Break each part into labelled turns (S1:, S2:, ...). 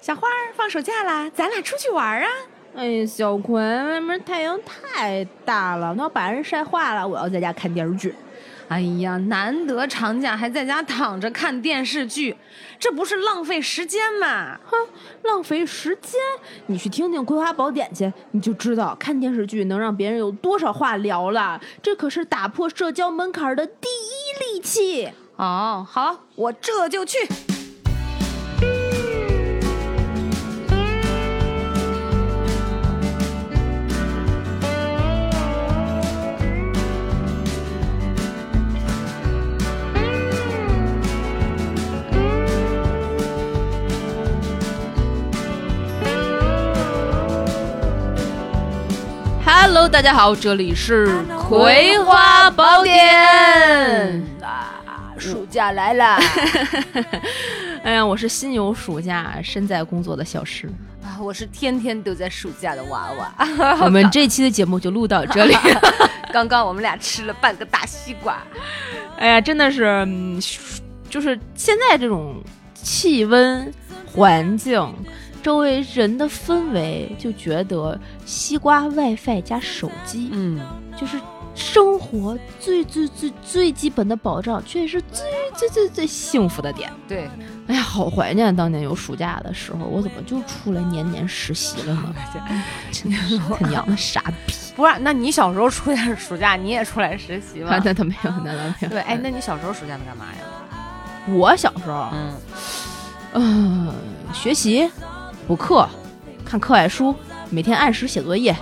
S1: 小花儿放暑假啦，咱俩出去玩儿啊！
S2: 哎，小葵，外面太阳太大了，都要把人晒化了。我要在家看电视剧。
S1: 哎呀，难得长假还在家躺着看电视剧，这不是浪费时间吗？
S2: 哼，浪费时间！你去听听《葵花宝典》去，你就知道看电视剧能让别人有多少话聊了。这可是打破社交门槛的第一利器。
S1: 哦，好，我这就去。
S2: Hello，大家好，这里是《葵花宝典》
S1: 嗯
S2: 啊，暑假 来了。哎呀，我是心有暑假，身在工作的小诗。
S1: 啊，我是天天都在暑假的娃娃。
S2: 我们这期的节目就录到这里。
S1: 刚刚我们俩吃了半个大西瓜，
S2: 哎呀，真的是，嗯就是现在这种气温、环境、周围人的氛围，就觉得西瓜、WiFi 加手机，
S1: 嗯，
S2: 就是生活最最最最基本的保障，却是最最最最幸福的点。
S1: 对，
S2: 哎呀，好怀念当年有暑假的时候，我怎么就出来年年实习了呢？真的 是他娘的傻 逼！
S1: 不是，那你小时候出来暑假，你也出来实习吗
S2: 那？那他没有，那他没有。
S1: 对，哎，那你小时候暑假都干嘛呀？
S2: 我小时候，啊
S1: 嗯，
S2: 嗯，学习、补课、看课外书，每天按时写作业，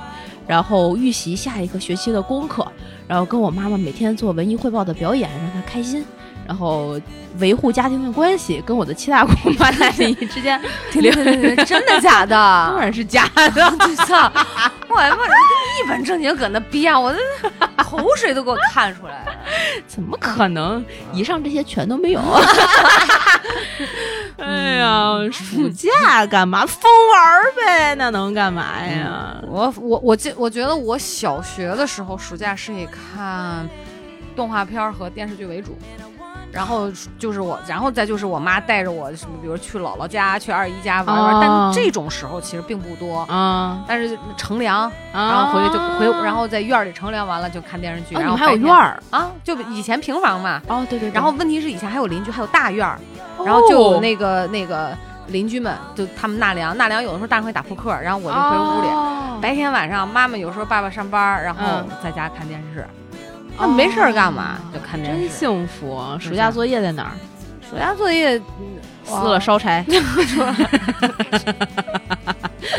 S2: 然后预习下一个学期的功课，然后跟我妈妈每天做文艺汇报的表演，让她开心，然后维护家庭的关系，跟我的七大姑八大姨之间，
S1: 对对对，真的假的
S2: 当？然是假的。
S1: 就操！我他妈一本正经搁那编，我这口水都给我看出来啊了。
S2: 怎么可能？以上这些全都没有。 哎呀，暑假干嘛疯玩儿呗？那能干嘛呀？
S1: 我我我记，我觉得我小学的时候暑假是以看动画片儿和电视剧为主，然后就是我，然后再就是我妈带着我什么，比如去姥姥家、去二姨家玩玩，
S2: 哦
S1: 但这种时候其实并不多。
S2: 啊，
S1: 但是乘凉，
S2: 然
S1: 嗯然后回去就回，然后在院儿里乘凉完了就看电视剧，
S2: 哦，你
S1: 然
S2: 们
S1: 后
S2: 还有
S1: 白天
S2: 院儿
S1: 啊，就以前平房嘛。
S2: 哦，对对
S1: 然
S2: 然
S1: 后
S2: 后
S1: 问题是以前还有邻居，还有大院儿，然后就有那个、那个邻居们，就他们纳凉，纳凉有的时候大人会打扑克，然后我
S2: 我
S1: 就回屋里。
S2: 里，
S1: 白天晚上，妈妈有时候爸爸上班，然后
S2: 哦嗯哦
S1: 在家看电视。那、没事儿干嘛？就看电视。
S2: 真幸福。暑
S1: 暑
S2: 假
S1: 假
S2: 作业在哪儿？
S1: 暑假作业
S2: 撕了 烧 柴，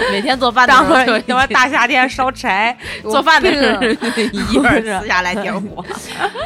S2: 每天做饭的时
S1: 当
S2: 候
S1: 会
S2: 就
S1: 儿 等会儿大夏天烧柴，
S2: 做饭的
S1: 有病
S2: 时
S1: 啊
S2: 候一会儿撕下来点火，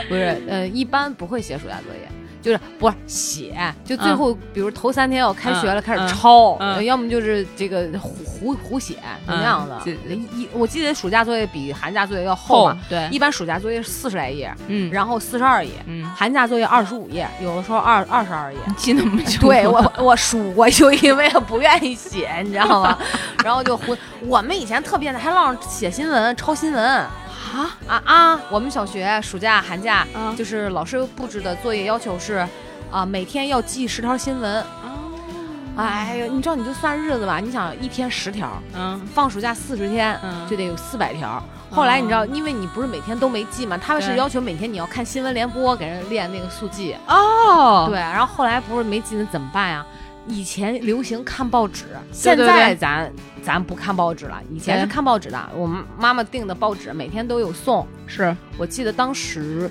S1: 不是，呃，一般不会写暑假作业，就是不是写，就最后、比如头三天要开学了，
S2: 嗯
S1: 开始抄，
S2: 嗯嗯
S1: 要么就是这个胡胡胡写怎么样的。
S2: 嗯这
S1: 一我记得暑假作业比寒假作业要厚
S2: 后
S1: 嘛，
S2: 对，
S1: 一般暑假作业是四十来页，
S2: 嗯
S1: 然后四十二页，
S2: 嗯，
S1: 寒假作业二十五页，有的时候二二十 二页。
S2: 记那么久，
S1: 对 我，我数过，就因为不愿意写，你知道 吗？然后就回我们以前特变态，还老写新闻、抄新闻。
S2: 啊，
S1: 啊啊！我们小学暑假、寒假，
S2: 啊
S1: 就是老师布置的作业要求是，啊、每天要记十条新闻。
S2: 哦
S1: 哎呀，你知道你就算日子吧，你想一天十条，
S2: 嗯
S1: 放暑假四十天，
S2: 嗯
S1: 就得有四百条。后来你知道，因为你不是每天都没记嘛，他们是
S2: 对
S1: 要求每天你要看新闻联播，给人练那个速记。
S2: 哦
S1: 对，，然后后来不是没记，那怎么办呀？以前流行看报纸，现
S2: 对
S1: 在
S2: 对
S1: 咱咱不看报纸了，以前是
S2: 对
S1: 看报纸的。我们妈妈订的报纸每天都有送，
S2: 是
S1: 我记得当时，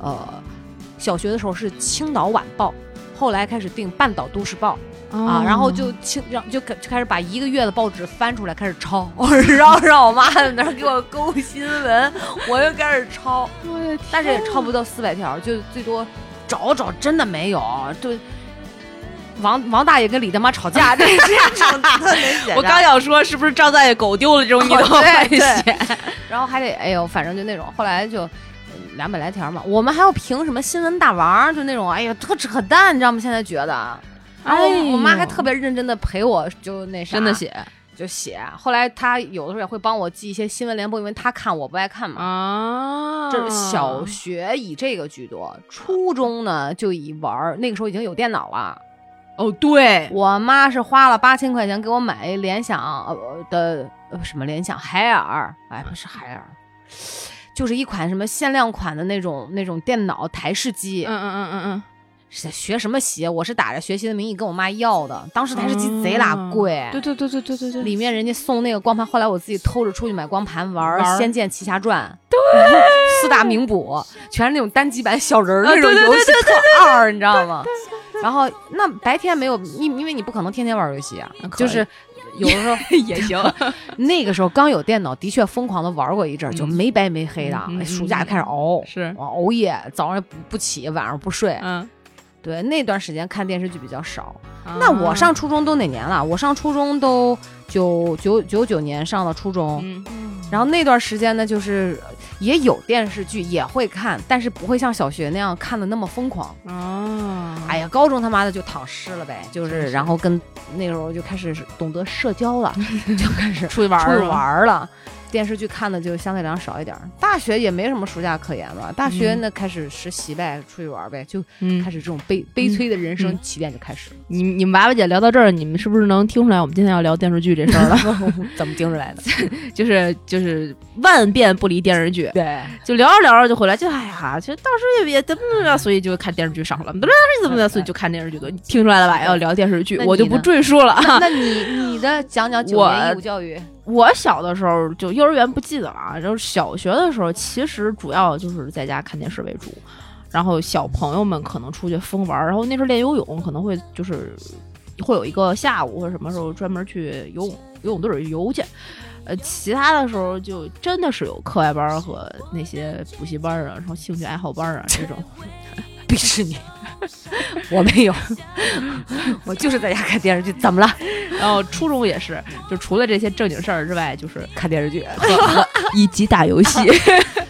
S1: 呃，小学的时候是《青岛晚报》，后来开始订《半岛都市报》
S2: 哦
S1: 啊，然后就青，让就开就开始把一个月的报纸翻出来开始抄，然后让我妈在那儿给我勾新闻，我又开始抄，
S2: 我的天
S1: 但是也抄不到四百条，就最多找找，真的没有，就。王王大爷跟李大妈吵架，这这种特别写
S2: 我刚想说，是不是张大爷狗丢了这种你都
S1: 哦对
S2: 会写
S1: 对？然后还得哎呦，反正就那种，后来就嗯两百来条嘛。我们还要评什么新闻大王，就那种哎呀特扯淡，你知道吗？现在觉得。啊然后我,、
S2: 哎呦
S1: 我妈还特别认真的陪我，就那啥，
S2: 真的写
S1: 就写。后来她有的时候也会帮我记一些新闻联播，因为她看我不爱看嘛。
S2: 啊
S1: 嗯这是小学以这个居多，初中呢就以玩儿，那个时候已经有电脑了，
S2: 哦，对，
S1: 我妈是花了八千块钱给我买一联想呃的呃什么联想海尔，哎，不是海尔，就是一款什么限量款的那种那种电脑台式机。
S2: 嗯嗯嗯嗯
S1: 是学什么鞋？我是打着学习的名义跟我妈要的，当时台式机贼拉
S2: 嗯
S1: 贵。
S2: 嗯，对对对对对对对，
S1: 里面人家送那个光盘，后来我自己偷着出去买光盘玩儿
S2: 玩儿
S1: 《仙剑奇侠传》，对，四大名捕全是那种单机版小人儿
S2: 啊
S1: 那种
S2: 对对
S1: 游戏，特二，你知道吗？然后那白天没有，因因为你不可能天天玩儿游戏啊
S2: 那，可
S1: 就
S2: 以
S1: 是有的时 候
S2: 也行，
S1: 那个时候刚有电脑，的确疯狂的玩过一阵儿，就
S2: 嗯
S1: 没白没黑的哎
S2: 嗯嗯，嗯
S1: 暑假开始熬。
S2: 是，
S1: 我熬夜，早上也不不起，晚上不睡。
S2: 嗯，
S1: 对，那段时间看电视剧比较少。那
S2: 那
S1: 我上，初中都哪年了？我上初中都九九九九年上的初中，
S2: 嗯
S1: 然后那段时间呢，就是也有电视剧，也会看，但是不会像小学那样看的那么疯狂。
S2: 哦，
S1: 哎呀，高中他妈的就躺尸了呗，就
S2: 真
S1: 是
S2: 是
S1: 然后跟那时候就开始懂得社交 了，就开始
S2: 出去玩
S1: 出去
S2: 儿
S1: 玩，儿了。电视剧看的就相对来讲少一点儿，大学也没什么暑假可言了。大学
S2: 嗯
S1: 那开始实习呗，出去玩儿呗，就
S2: 嗯
S1: 开，始这种悲、悲催的人
S2: 嗯
S1: 生起点就开始 了。
S2: 你你们娃娃姐聊到这儿，你们是不是能听出来我们今天要聊电视剧这事儿 了？
S1: 怎么盯出来的？
S2: 就是就是万变不离电视剧，
S1: 对，
S2: 就聊着聊着就回来，就哎呀，其实当时也也怎么怎么样，所以就看电视剧少了，当时怎么怎么样，所以就看电 视剧多。你听出来了吧？要聊电视剧，
S1: 那你呢
S2: 我就不赘述了。
S1: 那你你的讲讲九
S2: 我
S1: 年义务教育，
S2: 我小的时候就幼儿园不记得了啊，然后小学的时候其实主要就是在家看电视为主，然后小朋友们可能出去疯玩儿，然后那时候练游泳可能会就是会有一个下午或者什么时候专门去游泳游泳队儿游去。呃，其他的时候就真的是有课外班儿和那些补习班儿啊，然后兴趣爱好班儿啊这种。
S1: 鄙视你， 我没有， 我就是在家看电视剧，怎么了？
S2: 然后初中也是，就除了这些正经事儿之外，就是
S1: 看电视剧，
S2: 以及打游戏。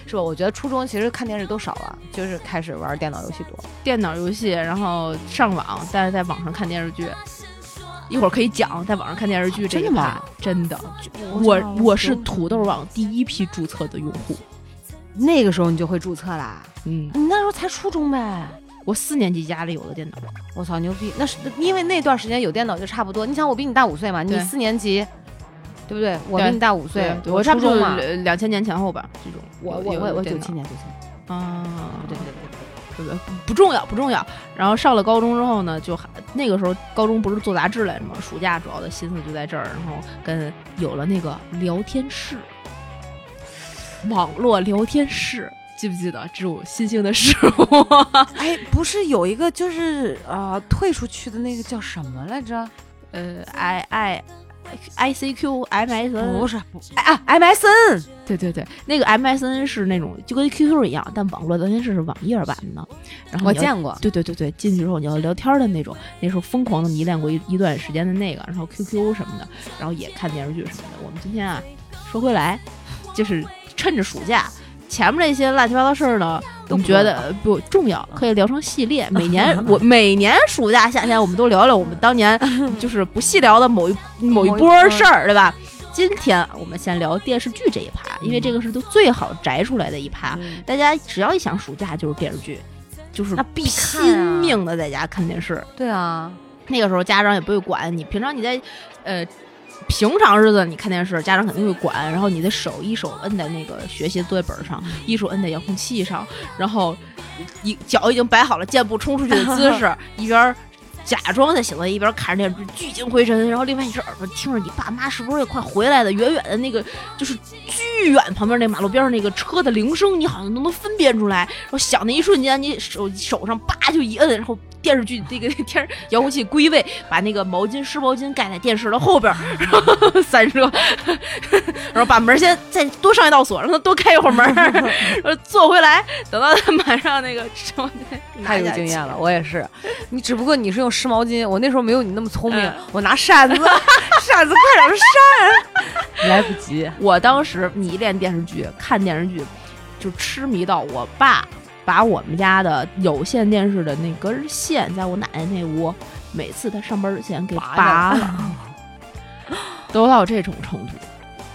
S1: 是吧？我觉得初中其实看电视都少了，就是开始玩电脑游戏多。
S2: 电脑游戏，然后上网，但是在网上看电视剧。一会儿可以讲在网上看电视剧这一
S1: 真的吗
S2: 趴，真的，
S1: 啊
S2: 我我是土豆网第一批注册的用户。
S1: 那个时候你就会注册啦，
S2: 嗯，
S1: 你那时候才初中呗。
S2: 我四年级家里有的电脑，
S1: 我操，牛逼！那是因为那段时间有电脑就差不多。你想，我比你大五岁嘛，你
S2: 对
S1: 四年级，对不对？我比
S2: 对
S1: 你大五岁，
S2: 我
S1: 差不多嘛。
S2: 两千年前后吧，这种。
S1: 我
S2: 有
S1: 我我我九七，
S2: 有的
S1: 年九七年，
S2: 电脑啊，
S1: 不对不对不对，
S2: 对对，不重要不重要。然后上了高中之后呢，就还那个时候高中不是做杂志来着吗？暑假主要的心思就在这儿，然后跟有了那个聊天室，网络聊天室，记不记得这种新兴的事物？
S1: 哎，不是有一个就是啊、呃退出去的那个叫什么来着？
S2: 呃，i i i c q m s
S1: 不
S2: n，
S1: 是不哎啊，MSN
S2: 哦对对对，那个 m s n 是那种就跟 QQ 一样，但网络聊天室是网页版的。然后
S1: 我
S2: 你要
S1: 见过，
S2: 对对对对，进去之后你要聊天儿的那种，那时候疯狂的迷恋过一一段时间的那个，然后 QQ 什么的，然后也看电视剧什么的。我们今天啊，说回来，就是趁着暑假，前面这些乱七八糟事儿呢，
S1: 都
S2: 我
S1: 不
S2: 们觉
S1: 重
S2: 得呃不重要，可以聊成系列。每年 我每年暑假夏天，我们都聊聊我们当年就是不细聊的某一某一
S1: 某一
S2: 波
S1: 波
S2: 儿事儿，对吧？今天我们先聊电视剧这一趴，因为这个是都最好摘出来的一趴。
S1: 嗯
S2: 大家只要一想暑假就是电视剧，就是
S1: 那必看啊
S2: 拼命的在家看电视。
S1: 对啊，
S2: 那个时候家长也不会管你，平常你在呃平常日子你看电视，家长肯定会管，然后你的手一手摁在那个学习作业本上，一手摁在遥控器上，然后一脚已经摆好了箭步冲出去的姿势，一边儿假装在写作业，一边儿看着电视剧，聚精会神，然后另外一只耳朵听着你爸妈是不是也快回来了，远远的那个就是巨远旁边那马路边上那个车的铃声，你好像都能分辨出来。然后响的一瞬间，你手手上叭就一摁，然后电视剧那个电视遥控器归位，把那个毛巾湿毛巾盖在电视的后边儿，然后 散热，然后把门先再多上一道锁，让他多开一会儿门儿，然后坐回来，等到他马上那个之后再拿
S1: 太有
S2: 下
S1: 经
S2: 去
S1: 验了，我也是。你只不过你是用湿毛巾，我那时候没有你那么聪明
S2: 嗯，
S1: 我拿扇子， 扇子快点扇， 来不及。
S2: 我当时迷恋电视剧，看电视剧就痴迷到我爸把我们家的有线电视的那根线，在我奶奶那屋，每次他上班之前给
S1: 拔
S2: 拔了，都到这种程度，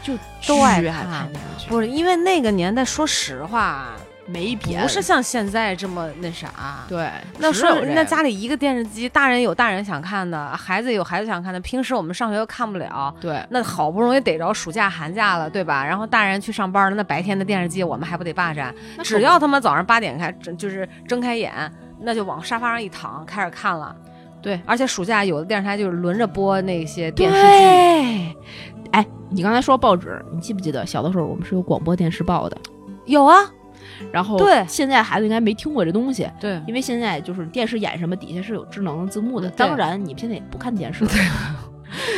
S2: 就
S1: 都爱
S2: 巨
S1: 看
S2: 看电视剧。
S1: 不是因为那个年代，说实话，
S2: 没别的，
S1: 不是像现在这么那啥。
S2: 对，
S1: 那
S2: 只
S1: 说
S2: 有这
S1: 那
S2: 个
S1: 家里一个电视机，大人有大人想看的，孩子有孩子想看的。平时我们上学又看不了，
S2: 对
S1: 那好不容易逮着暑假寒假了，对吧？然后大人去上班了，那白天的电视机我们还不得霸占？
S2: 那可
S1: 只
S2: 不
S1: 要他妈早上八点开，睁就是睁开眼，那就往沙发上一躺，开始看了。
S2: 对
S1: 而且暑假有的电视台就是轮着播那些电视剧，
S2: 对，哎，你刚才说报纸，你记不记得小的时候我们是有广播电视报的？
S1: 有啊，
S2: 然后
S1: 对
S2: 现在孩子应该没听过这东西，
S1: 对
S2: 因为现在就是电视演什么底下是有智能字幕
S1: 嗯
S2: 的。
S1: 对
S2: 当然，你们现在也不看电视了，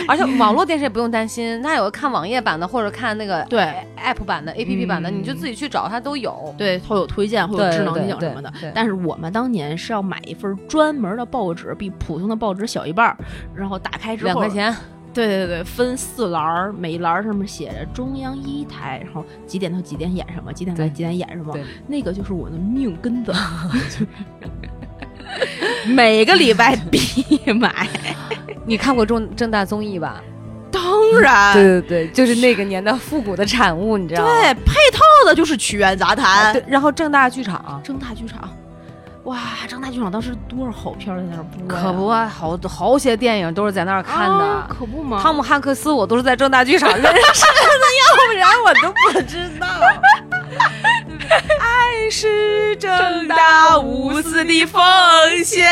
S1: 而 且网络电视也不用担心，它有看网页版的或者看那个
S2: 对
S1: app 版的、app 版的，
S2: 嗯
S1: 你就自己去找，它都有。
S2: 对，会有推荐，会有
S1: 对
S2: 智能
S1: 对
S2: 影
S1: 对
S2: 什么的。
S1: 对
S2: 但是我们当年是要买一份专门的报纸，比普通的报纸小一半儿，然后打开之后
S1: 两块钱，
S2: 对对对，分四栏儿，每栏儿上面写着中央一台，然后几点到几点演什么，几点到
S1: 对
S2: 几点演什么
S1: 对，
S2: 那个就是我的命 根子。每个礼拜必买，
S1: 你看过正正大综艺吧？
S2: 当然
S1: 对对对，就是那个年代复古的产物，你知道吗？
S2: 对配套的就是曲苑杂
S1: 啊
S2: 谈、
S1: 对，然后正大剧场。
S2: 正大剧场，哇，正大剧场当时多少好片儿在那儿播呀，
S1: 可不啊，好好些电影都是在那儿看的。
S2: 啊可不嘛。
S1: 汤姆汉克斯，我都是在正大剧场 认识的，要不然我都不知道。爱是正大无私的奉献，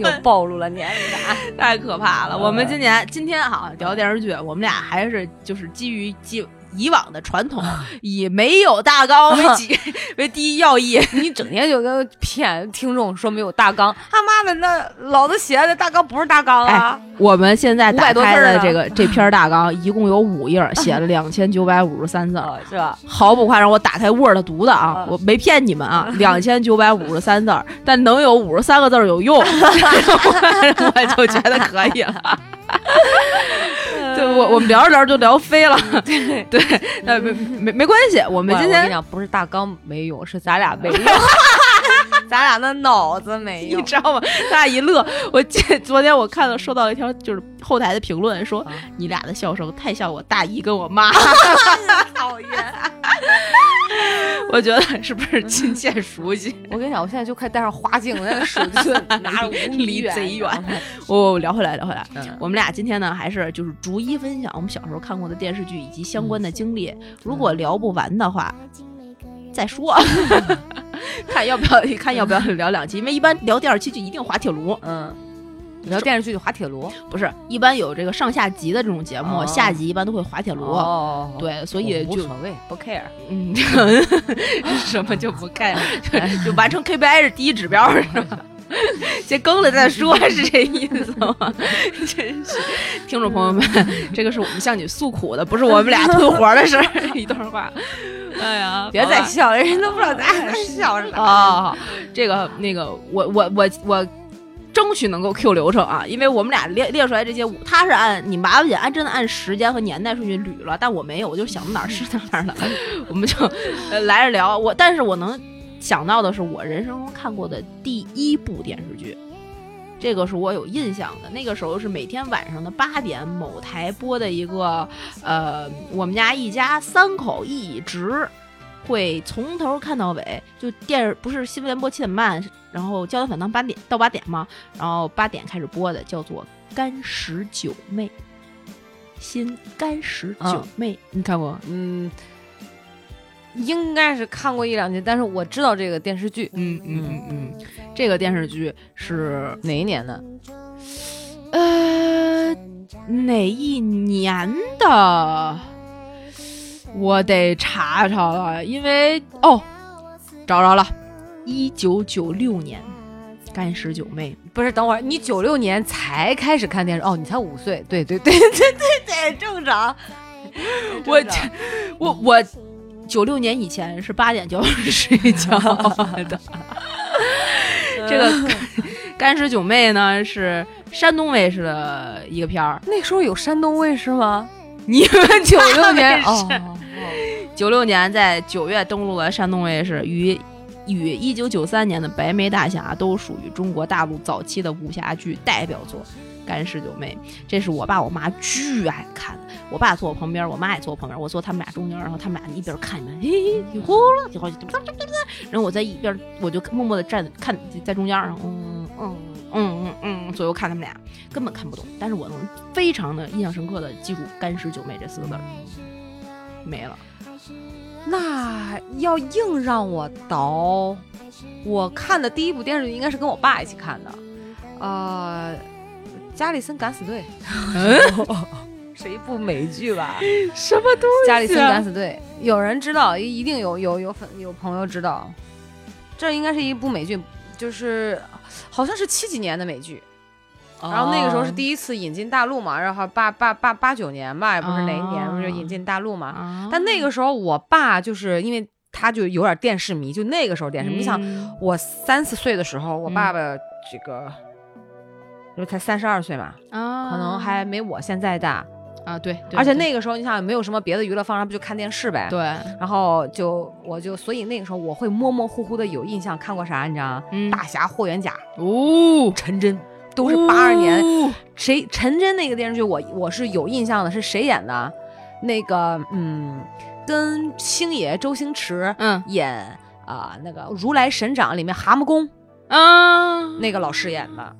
S1: 又暴露了年龄感。
S2: 太可怕了！我们今年今天哈聊电视剧，我们俩还是就是基于基以往的传 统，以没有大纲 为己为第一要义。
S1: 你整天就跟骗听众说没有大纲，他妈的那老子写的大纲不是大纲啊！
S2: 我们现在打
S1: 500多字
S2: 开
S1: 儿
S2: 的
S1: 呢
S2: 这个这篇大纲一共有五页，写了两千九百五十三字。
S1: 啊，是吧？
S2: 毫不夸张，我打开 Word 读的啊
S1: 啊，
S2: 我没骗你们啊，
S1: 嗯
S2: 两千九百五十三字儿，但能有五十三个字儿有用， 我就觉得可以了。对，
S1: 嗯
S2: 我我们聊着聊着就聊飞了，对对，那没没没关系，我们
S1: 我
S2: 今
S1: 嗯 我跟你
S2: 天
S1: 讲，不是大纲没用，是咱俩没用， 咱俩的脑子没
S2: 你知道吗？咱俩一乐，我记昨天我看到收到一条就是后台的评论说
S1: 啊
S2: 你俩的笑声太像我大姨跟我妈，
S1: 讨厌。
S2: 我觉得是不是
S1: 嗯
S2: 亲切 熟悉？
S1: 我跟你讲，我现在就快戴上花镜，我那个手就 拿着五米
S2: 离
S1: 远，
S2: 贼
S1: 你知道
S2: 远
S1: 吗
S2: 我、哦聊回来，聊回来。
S1: 嗯
S2: 我们俩今天呢，还是就是逐一分享我们小时候看过的电视剧以及相关的经历。如果聊不完的话，再说， 看要不要看要不要聊两期，因为一般聊第二期就一定滑铁卢，
S1: 嗯，聊电视剧就滑铁卢，
S2: 不是一般有这个上下集的这种节目，
S1: 哦
S2: 下集一般都会滑铁卢。
S1: 哦，
S2: 对，所
S1: 所
S2: 以
S1: 无
S2: 就
S1: 所谓，不 care。
S2: 嗯，什么就不干，就就完成 KPI 是第一指标是吧？ 先更了再说，是这意思吗？ 真是，听众朋友们， 这个是我们向你诉苦的，不是我们俩推活的事 儿。一段话，哎呀，
S1: 别再
S2: 好吧
S1: 笑了，人家都不知道咱 俩在笑啥。
S2: 啊、这个那个，我我我我争取能够 Q 流程啊，因为我们俩列列出来这些，他是按你麻烦姐按真的按时间和年代顺序捋了，但我没有，我就想到哪儿是哪儿了，我们就呃来着聊。我但是我能想到的是我人生中看过的第一部电视剧。这个是我有印象的，那个时候是每天晚上的八点，某台播的一个，呃，我们家一家三口一直会从头看到尾，就电视不是新闻联播七点半，然后焦点反当八点到八点嘛，然后八点开始播的叫做《干十九妹》，新《干十九妹》你看过？
S1: 嗯，应该是看过一两集，但是我知道这个电视剧
S2: 嗯嗯嗯嗯，这个电视剧是
S1: 哪一年的？
S2: 呃哪一年的？我得查查了，因为哦，找着了，一九九六年，《干十九妹》。
S1: 不是，等会儿你九六年才开始看电视哦，你才五岁，对对对对对对，正常。
S2: 我
S1: 正常
S2: 我我九六年以前是八点就要睡觉的。这嗯个《干尸九妹》呢是山东卫视的一个片儿，
S1: 那时候有山东卫视吗？
S2: 你们九
S1: 九六 年
S2: 哦
S1: 哦，哦哦
S2: 九六年在九月登陆了山东卫视，与与一九九三年的《白眉大侠》都属于中国大陆早期的武侠剧代表作。干尸九妹》，这是我爸我妈巨爱看的。我爸坐我旁边，我妈也坐我旁边，我坐他们俩中间，然后他们俩一边看一边，嘿嘿，你呼噜，你呼噜，然后我在一边，我就默默的站看在中间，然后嗯嗯嗯嗯嗯左右看他们俩，根本看不懂，但是我能非常的印象深刻的记住“干尸九妹”这四个字儿，没了。
S1: 那要硬让我倒，我看的第一部电视剧应该是跟我爸一起看的，呃，《加里森敢死队》 是一部美剧吧，《
S2: 嗯什么东啊
S1: 加里森敢死队》有人知道，一定有有有粉有朋友知道，这应该是一部美剧，就是好像是七几年的美剧，然后那个时候
S2: 哦
S1: 是第一次引进大陆嘛，然后八八八八九年吧，也不是哪一年，不是引进大陆嘛，
S2: 啊
S1: 但那个时候我爸就是因为他就有点电视迷，就那个时候电视迷。你
S2: 嗯
S1: 想，我三四岁的时候，我爸爸这个，就才三十二岁嘛，
S2: 啊，
S1: 可能还没我现在大。
S2: 啊对，对
S1: 而且
S2: 对
S1: 那个时候，你想也没有什么别的娱乐方式，不就看电视呗？。
S2: 对，
S1: 然后就我就所以那个时候我会模模糊糊的有印象看过啥，你知道吗？
S2: 嗯
S1: 大侠霍元甲、
S2: 哦，
S1: 陈真都是八二年，
S2: 哦
S1: 谁陈真那个电视剧我我是有印象的，是谁演的？那个嗯，跟星爷周星驰
S2: 嗯
S1: 演啊、那个《如来神掌》里面蛤蟆功
S2: 啊，
S1: 那个老师演的，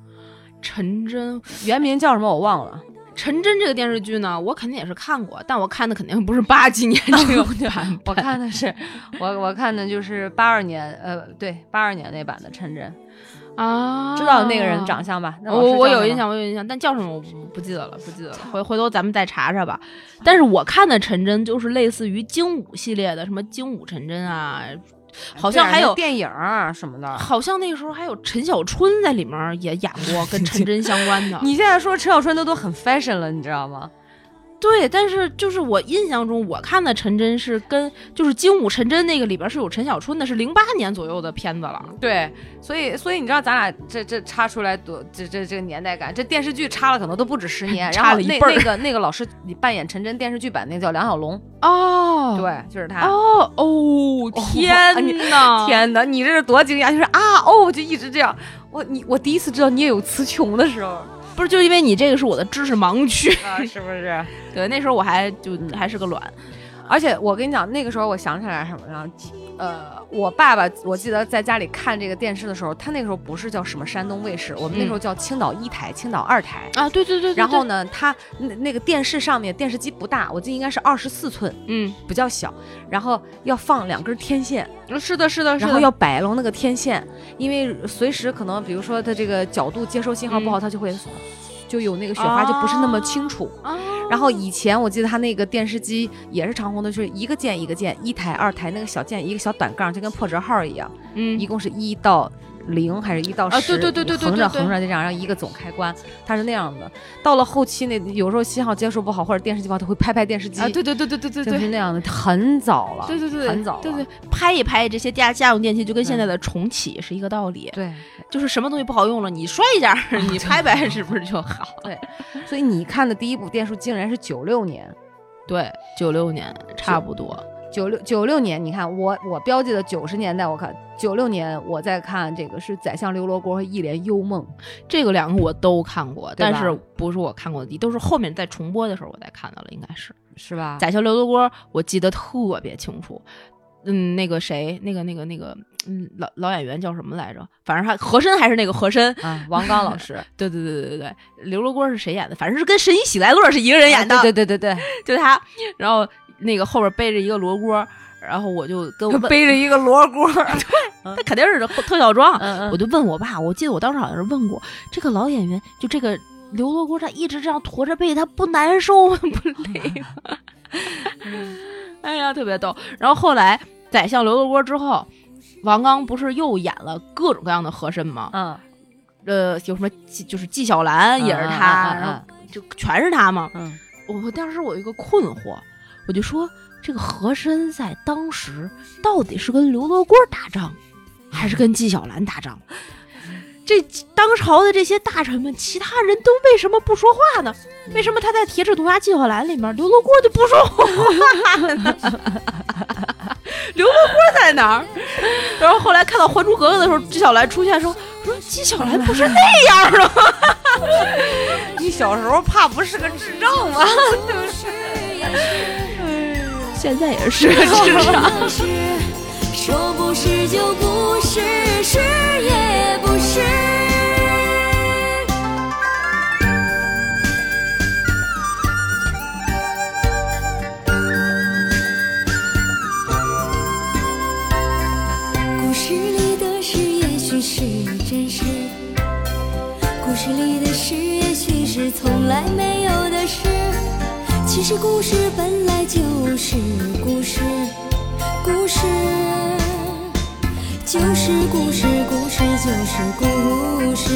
S2: 陈真，
S1: 原名叫什么我忘了。
S2: 陈真这个电视剧呢，我肯定也是看过，但我看的肯定不是八几年这 个版
S1: 我看的是我我看的就是八二年呃对八二年那版的陈真，
S2: 啊，
S1: 知道那个人长。相吧？那老师
S2: 我哦我
S1: 叫
S2: 有
S1: 什
S2: 印
S1: 么，
S2: 象，我有印象，但叫什么我不不记得了，不记得了。回回头咱们再查查吧。但是我看的陈真就是类似于精武系列的，什么精武陈真啊，好像
S1: 对啊
S2: 还
S1: 那
S2: 有
S1: 电影啊什么的。。
S2: 好像那时候还有陈小春在里面也演过跟陈真相关的
S1: 你现在说陈小春都都很 fashion 了，你知道吗？
S2: 对，但是就是我印象中我看的陈真是跟就是《精武陈真》那个里边是有陈小春的，是零八年左右的片子了。
S1: 对，所以所以你知道咱俩这这差出来多这这这个年代感，这电视剧差了可能都不止十年。然
S2: 差
S1: 后
S2: 了一
S1: 那
S2: 辈儿
S1: 那个那个老师你扮演陈真电视剧版那个叫梁小龙，
S2: 哦，
S1: 对，就是他。
S2: 哦 哦，天呐，
S1: 天哪，你这是多惊讶！就是啊哦，就一直这样。我你我第一次知道你也有词穷的时候
S2: 不是就因为你这个是我的知识盲区。
S1: 啊，是不是？
S2: 对，那时候我还就还是个卵。
S1: 而且我跟你讲，那个时候我想起来什么了，呃，我爸爸我记得在家里看这个电视的时候，他那个时候不是叫什么山东卫视，我们那时候叫青岛一台、青岛二台。
S2: 啊，对对对
S1: 然
S2: 然
S1: 后
S2: 后
S1: 呢，它那那个电视上面电视机不大，我记得应该是二十四寸，
S2: 嗯，
S1: 比较小。然后要放两根天线，
S2: 是的，是的，
S1: 然后要摆拢那个天线，因为随时可能，比如说它这个角度接收信号不
S2: 嗯
S1: 好，它就会就有那个雪
S2: 哦
S1: 花就不是那么清楚。
S2: 啊，
S1: 然后以前我记得它那个电视机也是长虹的，就是一个键一个键，一台二台那个小键一个小短杠，就跟破折号一样，
S2: 嗯
S1: 一共是一到。零还是一到
S2: 啊
S1: 十、
S2: 对对对对对
S1: 横着
S2: 对对
S1: 横着就这样，然后一个总开关，它是那样的。到了后期那有时候信号接收不好，或者电视机不好，它会拍拍电视机，
S2: 啊，对对对对对对
S1: 就
S2: 对
S1: 是。那样的，很早了，
S2: 对对对，
S1: 啊很早了
S2: 对对，拍一拍这些家家用电器，就跟现在的重启是一个道理，
S1: 对，
S2: 就是什么东西不好用了，你摔一 下，你拍拍，是不是就好？
S1: 所以你看的第一部电视竟然是九六年，
S2: 对，九六年差不多，
S1: 九六九六年，你看我我标记的九十年代，我看九六年我在看这个是《宰相刘罗锅》和《一帘幽梦
S2: 这个两个我都看过，
S1: 对吧
S2: 但是不是我看过的第一，都是后面在重播的时候我才看到了，应该是。》，
S1: 是吧？
S2: 宰相刘罗锅，我记得特别清楚。嗯，那个谁，那个那个那个，嗯，老老演员叫什么来着？反正他和珅还是那个和珅。
S1: 啊，王刚老 师
S2: 对对对对对对，刘罗锅是谁演的？反正是跟神医喜来乐是一个人演的，
S1: 啊对对对对
S2: 就他。然后那个后边背着一个罗锅，然后我就 跟我
S1: 对，
S2: 问，
S1: 背着一个罗锅，
S2: 他肯定是特效妆。
S1: 嗯
S2: 我就问我爸，我记得我当时好像是问过这个老演员，就这个刘罗锅，他一直这样驼着背，他不难受吗？ 不累吗？ 哎呀，特别逗。然后后来宰相刘罗锅之后，王刚不是又演了各种各样的和珅吗？
S1: 嗯
S2: 呃，有什么纪就是纪晓岚也是他，然后
S1: 嗯
S2: 就全是他嘛。
S1: 嗯
S2: 我我当时我有一个困惑，我就说这个和珅在当时到底是跟刘罗锅打仗，还是跟纪晓岚打仗？这当朝的这些大臣们，其他人都为什么不说话呢？为什么他在《铁齿铜牙纪晓岚》里面，刘罗锅就不说话 了呢？刘罗锅在哪儿？然后后来看到《还珠格格》的时候，纪晓岚出现说：“不是纪晓岚不是那样的吗？”
S1: 你小时候怕不是个智障吗？对不对？
S2: 现在也 是个智障。
S3: 是，说不是就不是，是也不是。故事里的事也许是真实，故事里的事也许是从来没有的事。其实故事本来就是故事，故事就是故事，故事就是故事。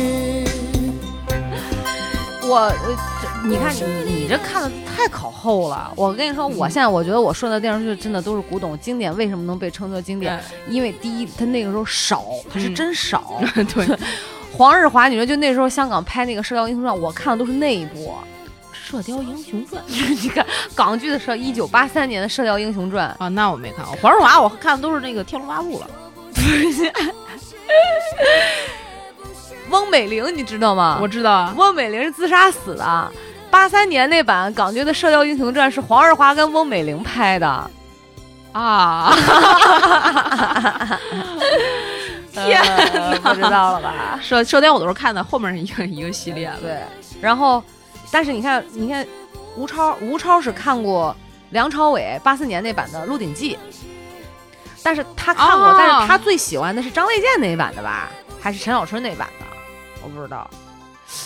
S1: 我我， 你看你你这看的太靠后了。我跟你说，
S2: 嗯
S1: 我现在我觉得我说的电视剧真的都是古董经典。为什么能被称作经典？因为第一，它那个时候少，它
S2: 嗯
S1: 是真少。
S2: 对，
S1: 黄日华，你说就那时候香港拍那个《射雕英雄传》，我看的都是那一部。
S2: 《射雕英雄传》
S1: 你看港剧的时候，一九八三年的《射雕英雄传》，
S2: 啊，那我没看过。黄日华我看的都是那个《天龙八部》了。
S1: 翁美玲你知道吗？
S2: 我知道啊，
S1: 翁美玲是自杀死的。八三年那版港剧的《射雕英雄传》是黄日华跟翁美玲拍的。
S2: 啊，
S1: 天、 不知道了吧？
S2: 呃射射雕我都是看的后面一个一个系列的。
S1: 对，然后，但是你看，你看，吴超，吴超是看过梁朝伟八四年那版的《鹿鼎记》，但是他看过，
S2: 哦
S1: 但是他最喜欢的是张卫健那一版的吧，还是陈小春那一版的？我不知道，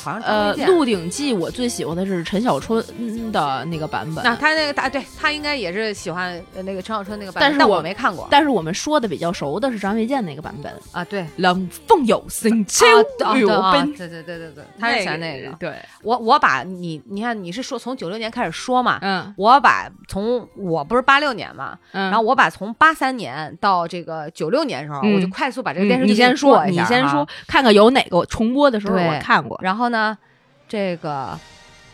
S1: 好像张
S2: 呃，
S1: 卫
S2: 《
S1: 健。
S2: 鹿鼎记》我最喜欢的是陈小春的那个版本。
S1: 那他那个啊他对他应该也是喜欢呃那个陈小春那个版
S2: 但
S1: 本，
S2: 是
S1: 但
S2: 我
S1: 我没看过
S2: 但是我们说的比较熟的是张卫健那个版本，《
S1: 啊。对，
S2: 冷凤有声秋
S1: 啊
S2: 雨
S1: 对啊
S2: 奔》
S1: 对对对对对，他是喜欢那个。啊
S2: 对，
S1: 我我把你你看你是说从九六年开始说嘛，
S2: 嗯
S1: 我把从我不是八六年嘛，
S2: 嗯，
S1: 然后我把从八三年到这个九六年的时候，
S2: 嗯
S1: 我就快速把这个
S2: 嗯
S1: 电视剧
S2: 你
S1: 给
S2: 先说，
S1: 过一
S2: 你
S1: 下
S2: 先
S1: 哈
S2: 说。，看看有哪个重播的时候
S1: 对
S2: 我看过。
S1: 然后呢，这个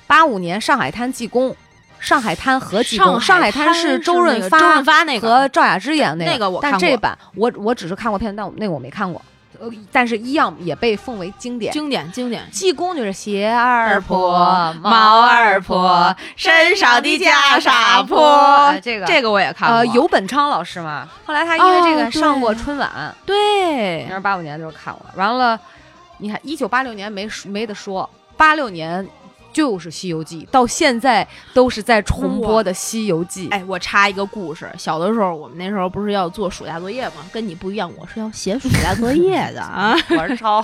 S1: 八五年上海滩济公，上海滩和济公，上海滩是周
S2: 那
S1: 润
S2: 个
S1: 发
S2: 周润发那个
S1: 和赵雅芝演的
S2: 那个我看
S1: 但
S2: 过
S1: 这版我我只是看过片段，但我那个我没看过，呃，但是一样也被奉为经典。
S2: 经典经典。
S1: 济公就是鞋二婆、
S2: 毛二婆
S1: 身上的袈裟婆哎这个
S2: 这个我也看过，
S1: 呃，游本昌老师嘛，后来他因为这
S2: 哦
S1: 个
S2: 对
S1: 上过春晚，
S2: 对
S1: 你看八五年的时候看过，完了，你看一九八六年没说没得说，八六年就是《西游记》，到现在都是在重播的《西游记》
S2: 哎，我插一个故事。小的时候，我们那时候不是要做暑假作业吗？跟你不一样，我是要写暑假作 业的啊！
S1: 我是超，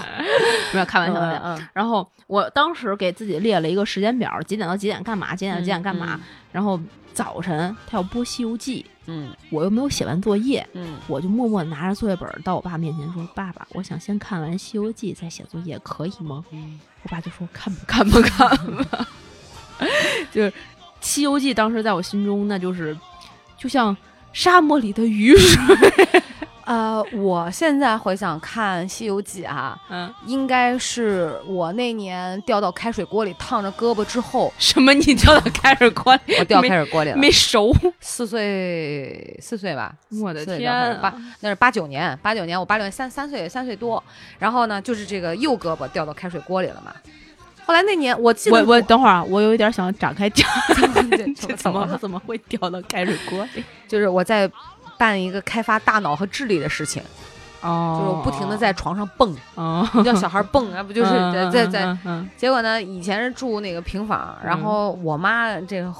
S2: 没有开玩笑的。
S1: 嗯
S2: 然后我当时给自己列了一个时间表，几点到几点干嘛，几点到几
S1: 嗯
S2: 点干嘛。然后早晨他要播《西游记》，
S1: 嗯
S2: 我又没有写完作业，
S1: 嗯，
S2: 我就默默拿着作业本儿到我爸面前说：“爸爸，我想先看完《西游记》再写作业，可以吗？”我爸就说：“看吧，看吧，看吧。” 就是《西游记》当时在我心中，那就是就像沙漠里的雨水。
S1: 呃，我现在回想看《西游记》啊，
S2: 嗯，
S1: 应该是我那年掉到开水锅里烫着胳膊之后，
S2: 什么？你掉到开水锅里？
S1: 我掉开水锅里了，
S2: 没熟？
S1: 四岁四岁吧，
S2: 我的
S1: 四岁
S2: 天
S1: 到开
S2: 啊
S1: 始！八那是八九年，八九年我八六年三三岁三岁多，然后呢就是这个右胳膊掉到开水锅里了嘛。后来那年我记得
S2: 我我等会儿啊，我有一点想展开讲，
S1: 对
S2: 这
S1: 怎
S2: 怎
S1: 么
S2: 么
S1: 了？
S2: 怎么会掉到开水锅 里？
S1: 就是我在办一个开发大脑和智力的事情，
S2: 哦
S1: 就是我不停的在床上蹦，
S2: 哦，
S1: 你叫小孩蹦啊，不 就是
S2: 嗯
S1: 在在在。
S2: 嗯嗯
S1: 结果呢，以前是住那个平房，然后我妈这个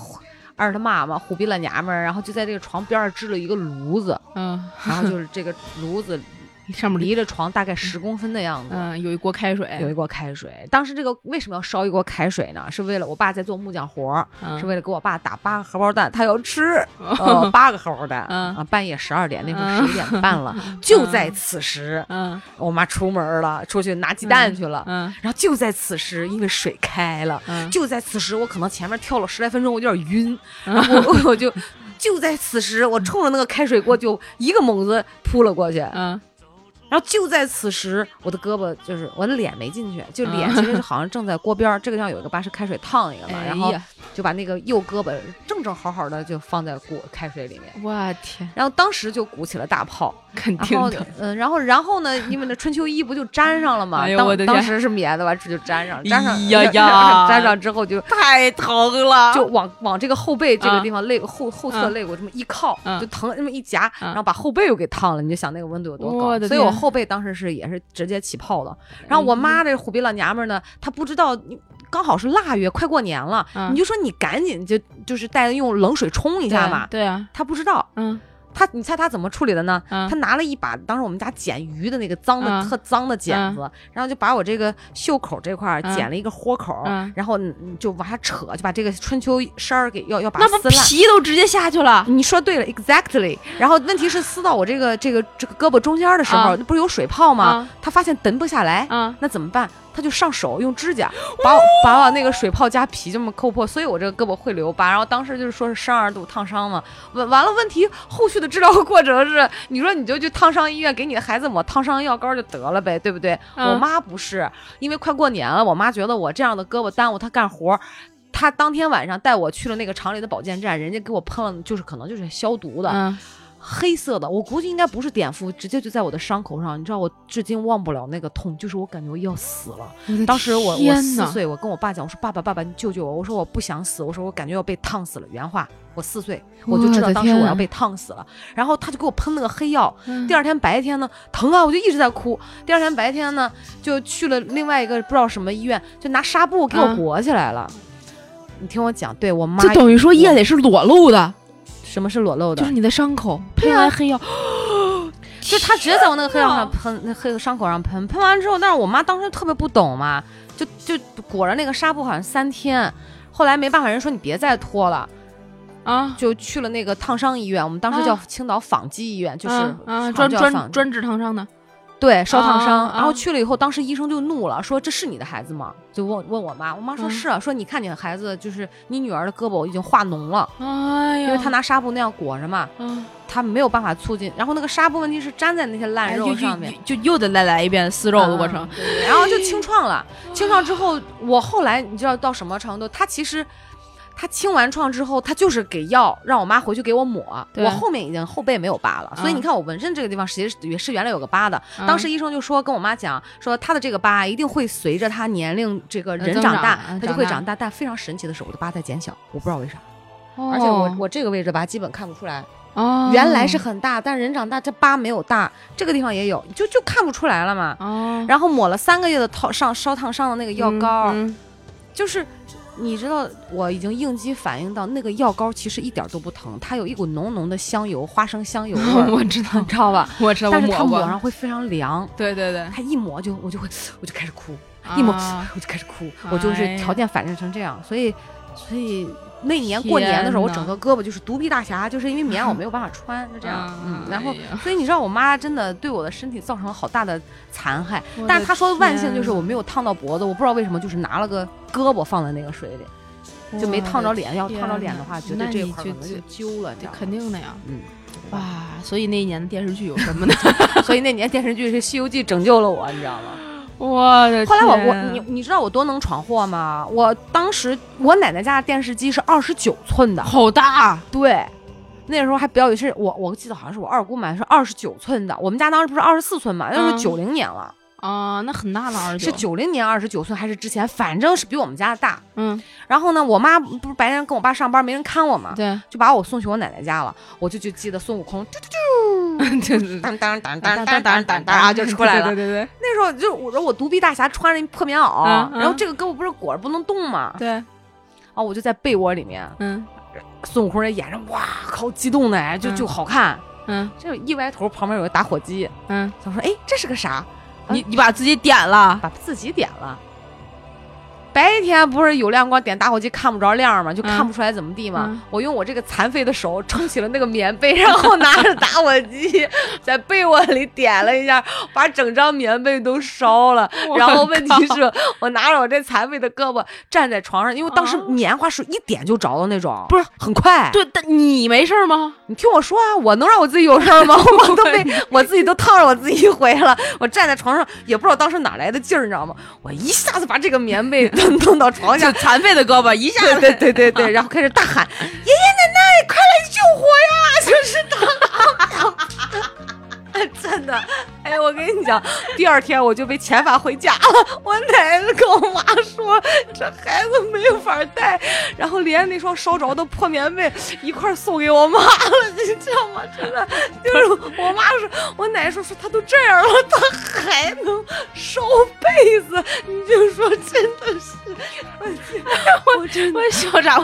S1: 二他妈嘛，虎逼老娘们儿，然后就在这个床边儿支了一个炉子，
S2: 嗯，
S1: 然后就是这个炉 子
S2: 嗯上面
S1: 离着床大概十公分的样子。
S2: 嗯，有一锅开水，
S1: 有一锅开水，当时这个为什么要烧一锅开水呢？是为了我爸在做木匠活儿，
S2: 嗯
S1: 是为了给我爸打八个荷包蛋，他要 吃，呃，八个荷包蛋
S2: 嗯
S1: 啊，半夜十二点，那时
S2: 嗯
S1: 候十一点半 了，就在此时，
S2: 嗯
S1: 我妈出门了，出去拿鸡蛋去了，
S2: 嗯
S1: 然后就在此时，因为水开了，
S2: 嗯，
S1: 就在此时，我可能前面跳了十来分钟，我有点晕，然后我 我就就在此时，我冲着那个开水锅就一个猛子扑了过去，
S2: 嗯
S1: 然后就在此时，我的胳膊就是我的脸没进去，就脸
S2: 嗯
S1: 其实好像正在锅边儿，这个地方有一个疤是开水烫一个嘛，
S2: 哎
S1: 然后
S2: 呀
S1: 就就把那个右胳膊正正好好的就放在锅开水里面，
S2: 我天，
S1: 然后当时就鼓起了大泡，
S2: 肯
S1: 然
S2: 定
S1: 后
S2: 的。
S1: 嗯，然后然后呢，因为那春秋衣不就粘上了吗？
S2: 哎呦我的
S1: 当
S2: 天
S1: 当时是棉的吧，这就粘上，粘上，
S2: 哎呀呀
S1: 粘上之后就
S2: 太疼了
S1: 就往往这个后背这个
S2: 啊
S1: 地方肋后后侧
S2: 嗯
S1: 肋骨这么一靠，
S2: 嗯
S1: 就疼那么一夹，
S2: 嗯
S1: 然后把后背又给烫了，你就想那个温度有多
S2: 我
S1: 高。
S2: 的
S1: 所以我
S2: 天哎
S1: 后背当时是也是直接起泡了。然后我妈这虎逼老娘们儿呢，她不知道你刚好是腊月，快过年了，
S2: 嗯
S1: 你就说你赶紧就就是带用冷水冲一下嘛。
S2: 对啊，
S1: 她不知道，
S2: 嗯
S1: 她你猜她怎么处理的呢？
S2: 嗯
S1: 她拿了一把当时我们家捡鱼的那个脏的、
S2: 嗯
S1: 特脏的剪子，然后就把我这个袖口这块儿
S2: 嗯
S1: 剪了一个豁口，
S2: 嗯
S1: 然后嗯就往下扯，就把这个春秋衫儿给要要把它
S2: 那不
S1: 撕烂。
S2: 皮都直接下去了，
S1: 你说对了，exactly。然后问题是撕到我这个这个这个胳膊中间的时候，
S2: 啊
S1: 不是有水泡吗？
S2: 啊
S1: 他发现蹬不下来，
S2: 啊，
S1: 那怎么办？他就上手用指甲把我、把我那个水泡加皮这么抠破，所以我这个胳膊会留疤。然后当时就是说是伤二度烫伤嘛，完完了问题后续的治疗过程是，你说你就去烫伤医院给你的孩子抹烫伤药膏就得了呗，对不对？
S2: 嗯
S1: 我妈不是，因为快过年了，我妈觉得我这样的胳膊耽误她干活。她当天晚上带我去了那个厂里的保健站，人家给我喷了，就是可能就是消毒的，
S2: 嗯，
S1: 黑色的，我估计应该不是碘伏，直接就在我的伤口上。你知道，我至今忘不了那个痛，就是我感觉我要死了。当时我我
S2: 嗯天
S1: 四
S2: 呐，
S1: 岁，我跟我爸讲，我说爸爸爸爸，你救救我！我说我不想死，我说我感觉要被烫死了。原话，我四岁，我就知
S2: 我
S1: 道
S2: 的
S1: 当时
S2: 天
S1: 我
S2: 啊
S1: 要被烫死 了。然后他就给我喷那个黑药，第
S2: 二
S1: 二天白天呢疼啊，我就一直在哭。第二天白天呢就去了另外一个不知道什么医院，就拿纱布给我
S2: 嗯
S1: 裹起来了。你听我讲，对我妈
S2: 这等于说夜里是裸露的，
S1: 什么是裸露的？
S2: 就是你的伤口
S1: 对
S2: 喷
S1: 啊
S2: 完黑药，
S1: 就他直接在我那个黑药上喷，那黑伤口上喷，喷完之后，但是我妈当时特别不懂嘛，就就裹着那个纱布好像三天，后来没办法，人说你别再拖了，
S2: 啊，
S1: 就去了那个烫伤医院，我们当时叫
S2: 啊
S1: 青岛纺机医院，就是
S2: 啊啊
S1: 好像
S2: 专
S1: 叫
S2: 专
S1: 纺
S2: 专治烫伤的，
S1: 对烧烫伤，
S2: 啊啊
S1: 然后去了以后，当时医生就怒了，说这是你的孩子吗？就问问我妈，我妈说
S2: 嗯
S1: 是、啊，说你看你的孩子就是你女儿的胳膊已经化脓了，
S2: 哎呀，
S1: 因为她拿纱布那样裹着嘛，
S2: 啊
S1: 她没有办法促进，然后那个纱布问题是粘在那些烂
S2: 哎
S1: 肉
S2: 又
S1: 上面。
S2: 又又又得再来一遍撕肉的过程
S1: 啊，对然后就清创了。清创之后，我后来你知道到什么程度？他其实。他清完创之后，他就是给药，让我妈回去给我抹。
S2: 对
S1: 我后面已经后背没有疤了，所以
S2: 嗯
S1: 你看我纹身这个地方，其实也是原来有个疤的。
S2: 嗯
S1: 当时医生就说跟我妈讲，说她的这个疤一定会随着她年龄这个人
S2: 增
S1: 长
S2: 长
S1: 大，
S2: 嗯
S1: 她就
S2: 长
S1: 会
S2: 大
S1: 长大。但非常神奇的是，我的疤在减小，我不知道为啥。
S2: 而
S1: 而且我我这个位置疤基本看不出来，
S2: 哦我
S1: 原来是很大，但人长大这疤没有大，这个地方也有，就就看不出来了嘛。
S2: 哦，
S1: 然后抹了三个月的烫上烧烫伤的那个药膏，
S2: 嗯
S1: 就是你知道，我已经应激反应到那个药膏其实一点都不疼，它有一股浓浓的香油，花生香油味
S2: 嗯
S1: 儿，
S2: 我知道
S1: 你，知道吧？
S2: 我知道，
S1: 但
S2: 我
S1: 是它
S2: 抹
S1: 抹
S2: 过
S1: 上会非常凉，
S2: 对对对，
S1: 它一抹就我就会我就开始哭，一抹
S2: 啊
S1: 我就开始哭，我就是条件反应成这样，所以所以。那年过
S2: 天
S1: 年的时候，我
S2: 呐
S1: 整个胳膊就是独臂大侠，就是因为 棉袄没有办法穿，就这样。嗯，然后
S2: 哎呀
S1: 所以你知道，我妈真的对我的身体造成了好大的残害
S2: 我的。
S1: 但是她说万幸
S2: 天
S1: 就是我没有烫到脖子，我不知道为什么，就是拿了个胳膊放在那个水里，
S2: 啊
S1: 就没烫着脸。要
S2: 天
S1: 烫着脸的
S2: 呐
S1: 话，绝
S2: 那
S1: 对这
S2: 你
S1: 块儿
S2: 就
S1: 可能
S2: 就
S1: 就揪了，这
S2: 肯定的呀，
S1: 嗯。
S2: 啊哇！所以那一年的电视剧有什么呢？
S1: 所以那年电视剧是《西游记》拯救了我，你知道吗？
S2: 我的啊
S1: 后来我我你你知道我多能闯祸吗？我当时我奶奶家的电视机是二十九寸的，
S2: 好大，啊
S1: 对，那时候还比较有是我我记得好像是我二姑买的是二十九寸的，我们家当时不是二十四寸嘛，那
S2: 嗯
S1: 是九零年了。
S2: 啊，那很大了，二
S1: 是
S2: 九，
S1: 九零年二十九岁还是之前，反正是比我们家的大。
S2: 嗯，
S1: 然后呢，我妈不是白天跟我爸上班，没人看我嘛，
S2: 对，
S1: 就把我送去我奶奶家了。我就就记得孙悟空啾啾啾，
S2: 对 对
S1: 当当当当当当当当啊就出来
S2: 对
S1: 了。
S2: 对对
S1: 那时候就我说我独臂大侠穿着一破棉袄，
S2: 嗯嗯
S1: 然后这个胳膊不是裹着不能动嘛，
S2: 对对，
S1: 啊，我就在被窝里面，
S2: 嗯
S1: 孙悟空这眼神哇靠激动的哎，就
S2: 嗯
S1: 就好看。
S2: 嗯
S1: 这一歪头旁边有个打火机，
S2: 嗯，
S1: 他说哎这是个啥？
S2: 你你把自己点了，
S1: 把自己点了。白天不是有亮光点打火机看不着亮吗？就看不出来怎么地嘛。
S2: 嗯
S1: 我用我这个残废的手撑起了那个棉被，然后拿着打火机 在被窝里点了一下，把整张棉被都烧 了。然后问题是我拿着我这残废的胳膊站在床上，因为当时
S2: 啊
S1: 棉花是一点就着的那种，
S2: 不是
S1: 很快。
S2: 对，但你没事儿吗？
S1: 你听我说啊，我能让我自己有事 儿吗？我都被我自己都烫着我 自己一回了。我站在床上也不知道当时哪来的劲儿，你知道吗？我一下子把这个棉被就弄到床
S2: 就
S1: 上，
S2: 残废的胳膊一下
S1: 对对对对对，然后开始大喊：“爷爷奶奶，快来救我呀！” 就是他， 真的，哎，我跟你讲，第二天我就被遣返回家了。 我奶奶跟我妈说，这孩子没有法带，然后连那双烧着的破棉被一块儿送给我妈了，你知道吗？真的，就是我妈说，我奶奶说说他都这样了，他还能烧被子，你就说真的是， 我真
S2: 我校长，